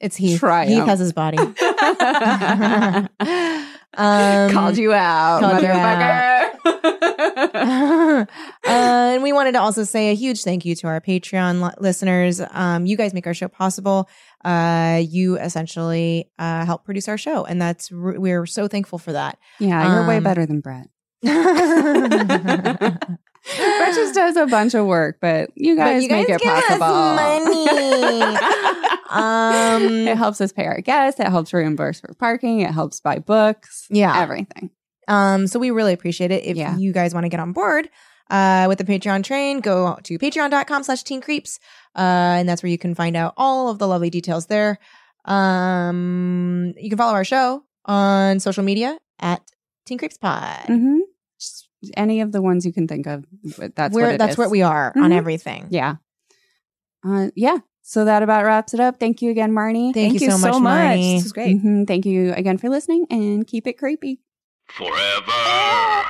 it's Heath.
Triumph.
Heath has his body. Um,
called you out,
called you
motherfucker.
uh, and we wanted to also say a huge thank you to our Patreon li- listeners. Um, you guys make our show possible. Uh, you essentially uh, help produce our show, and that's re- we're so thankful for that.
yeah, you're way
Um,
better than Brett.
But
Brett just does a bunch of work, but you guys,
you
make it
give us
possible.
money. Um,
it helps us pay our guests. It helps reimburse for parking. It helps buy books.
Yeah.
everything.
Um, so we really appreciate it. If
Yeah.
you guys want to get on board uh, with the Patreon train, go to patreon.com slash teen creeps. Uh, and that's where you can find out all of the lovely details there. Um, you can follow our show on social media at Teen Creeps Pod.
hmm Any of the ones you can think of. but That's
We're-
what it
that's
is.
what we are on
Mhm.
everything.
Yeah, uh, yeah. So that about wraps it up. Thank you again, Marnie.
Thank, you so much, Marnie.
This was great.
Mhm. Thank you again for listening, and keep it creepy.
Forever.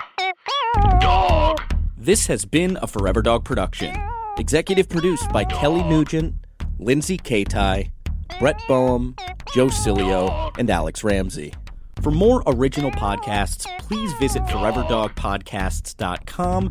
Dog.
This has been a Forever Dog production. Executive produced by Kelly Nugent, Lindsay Katai, Brett Boehm, Joe Cilio, and Alex Ramsey. For more original podcasts, please visit foreverdogpodcasts.com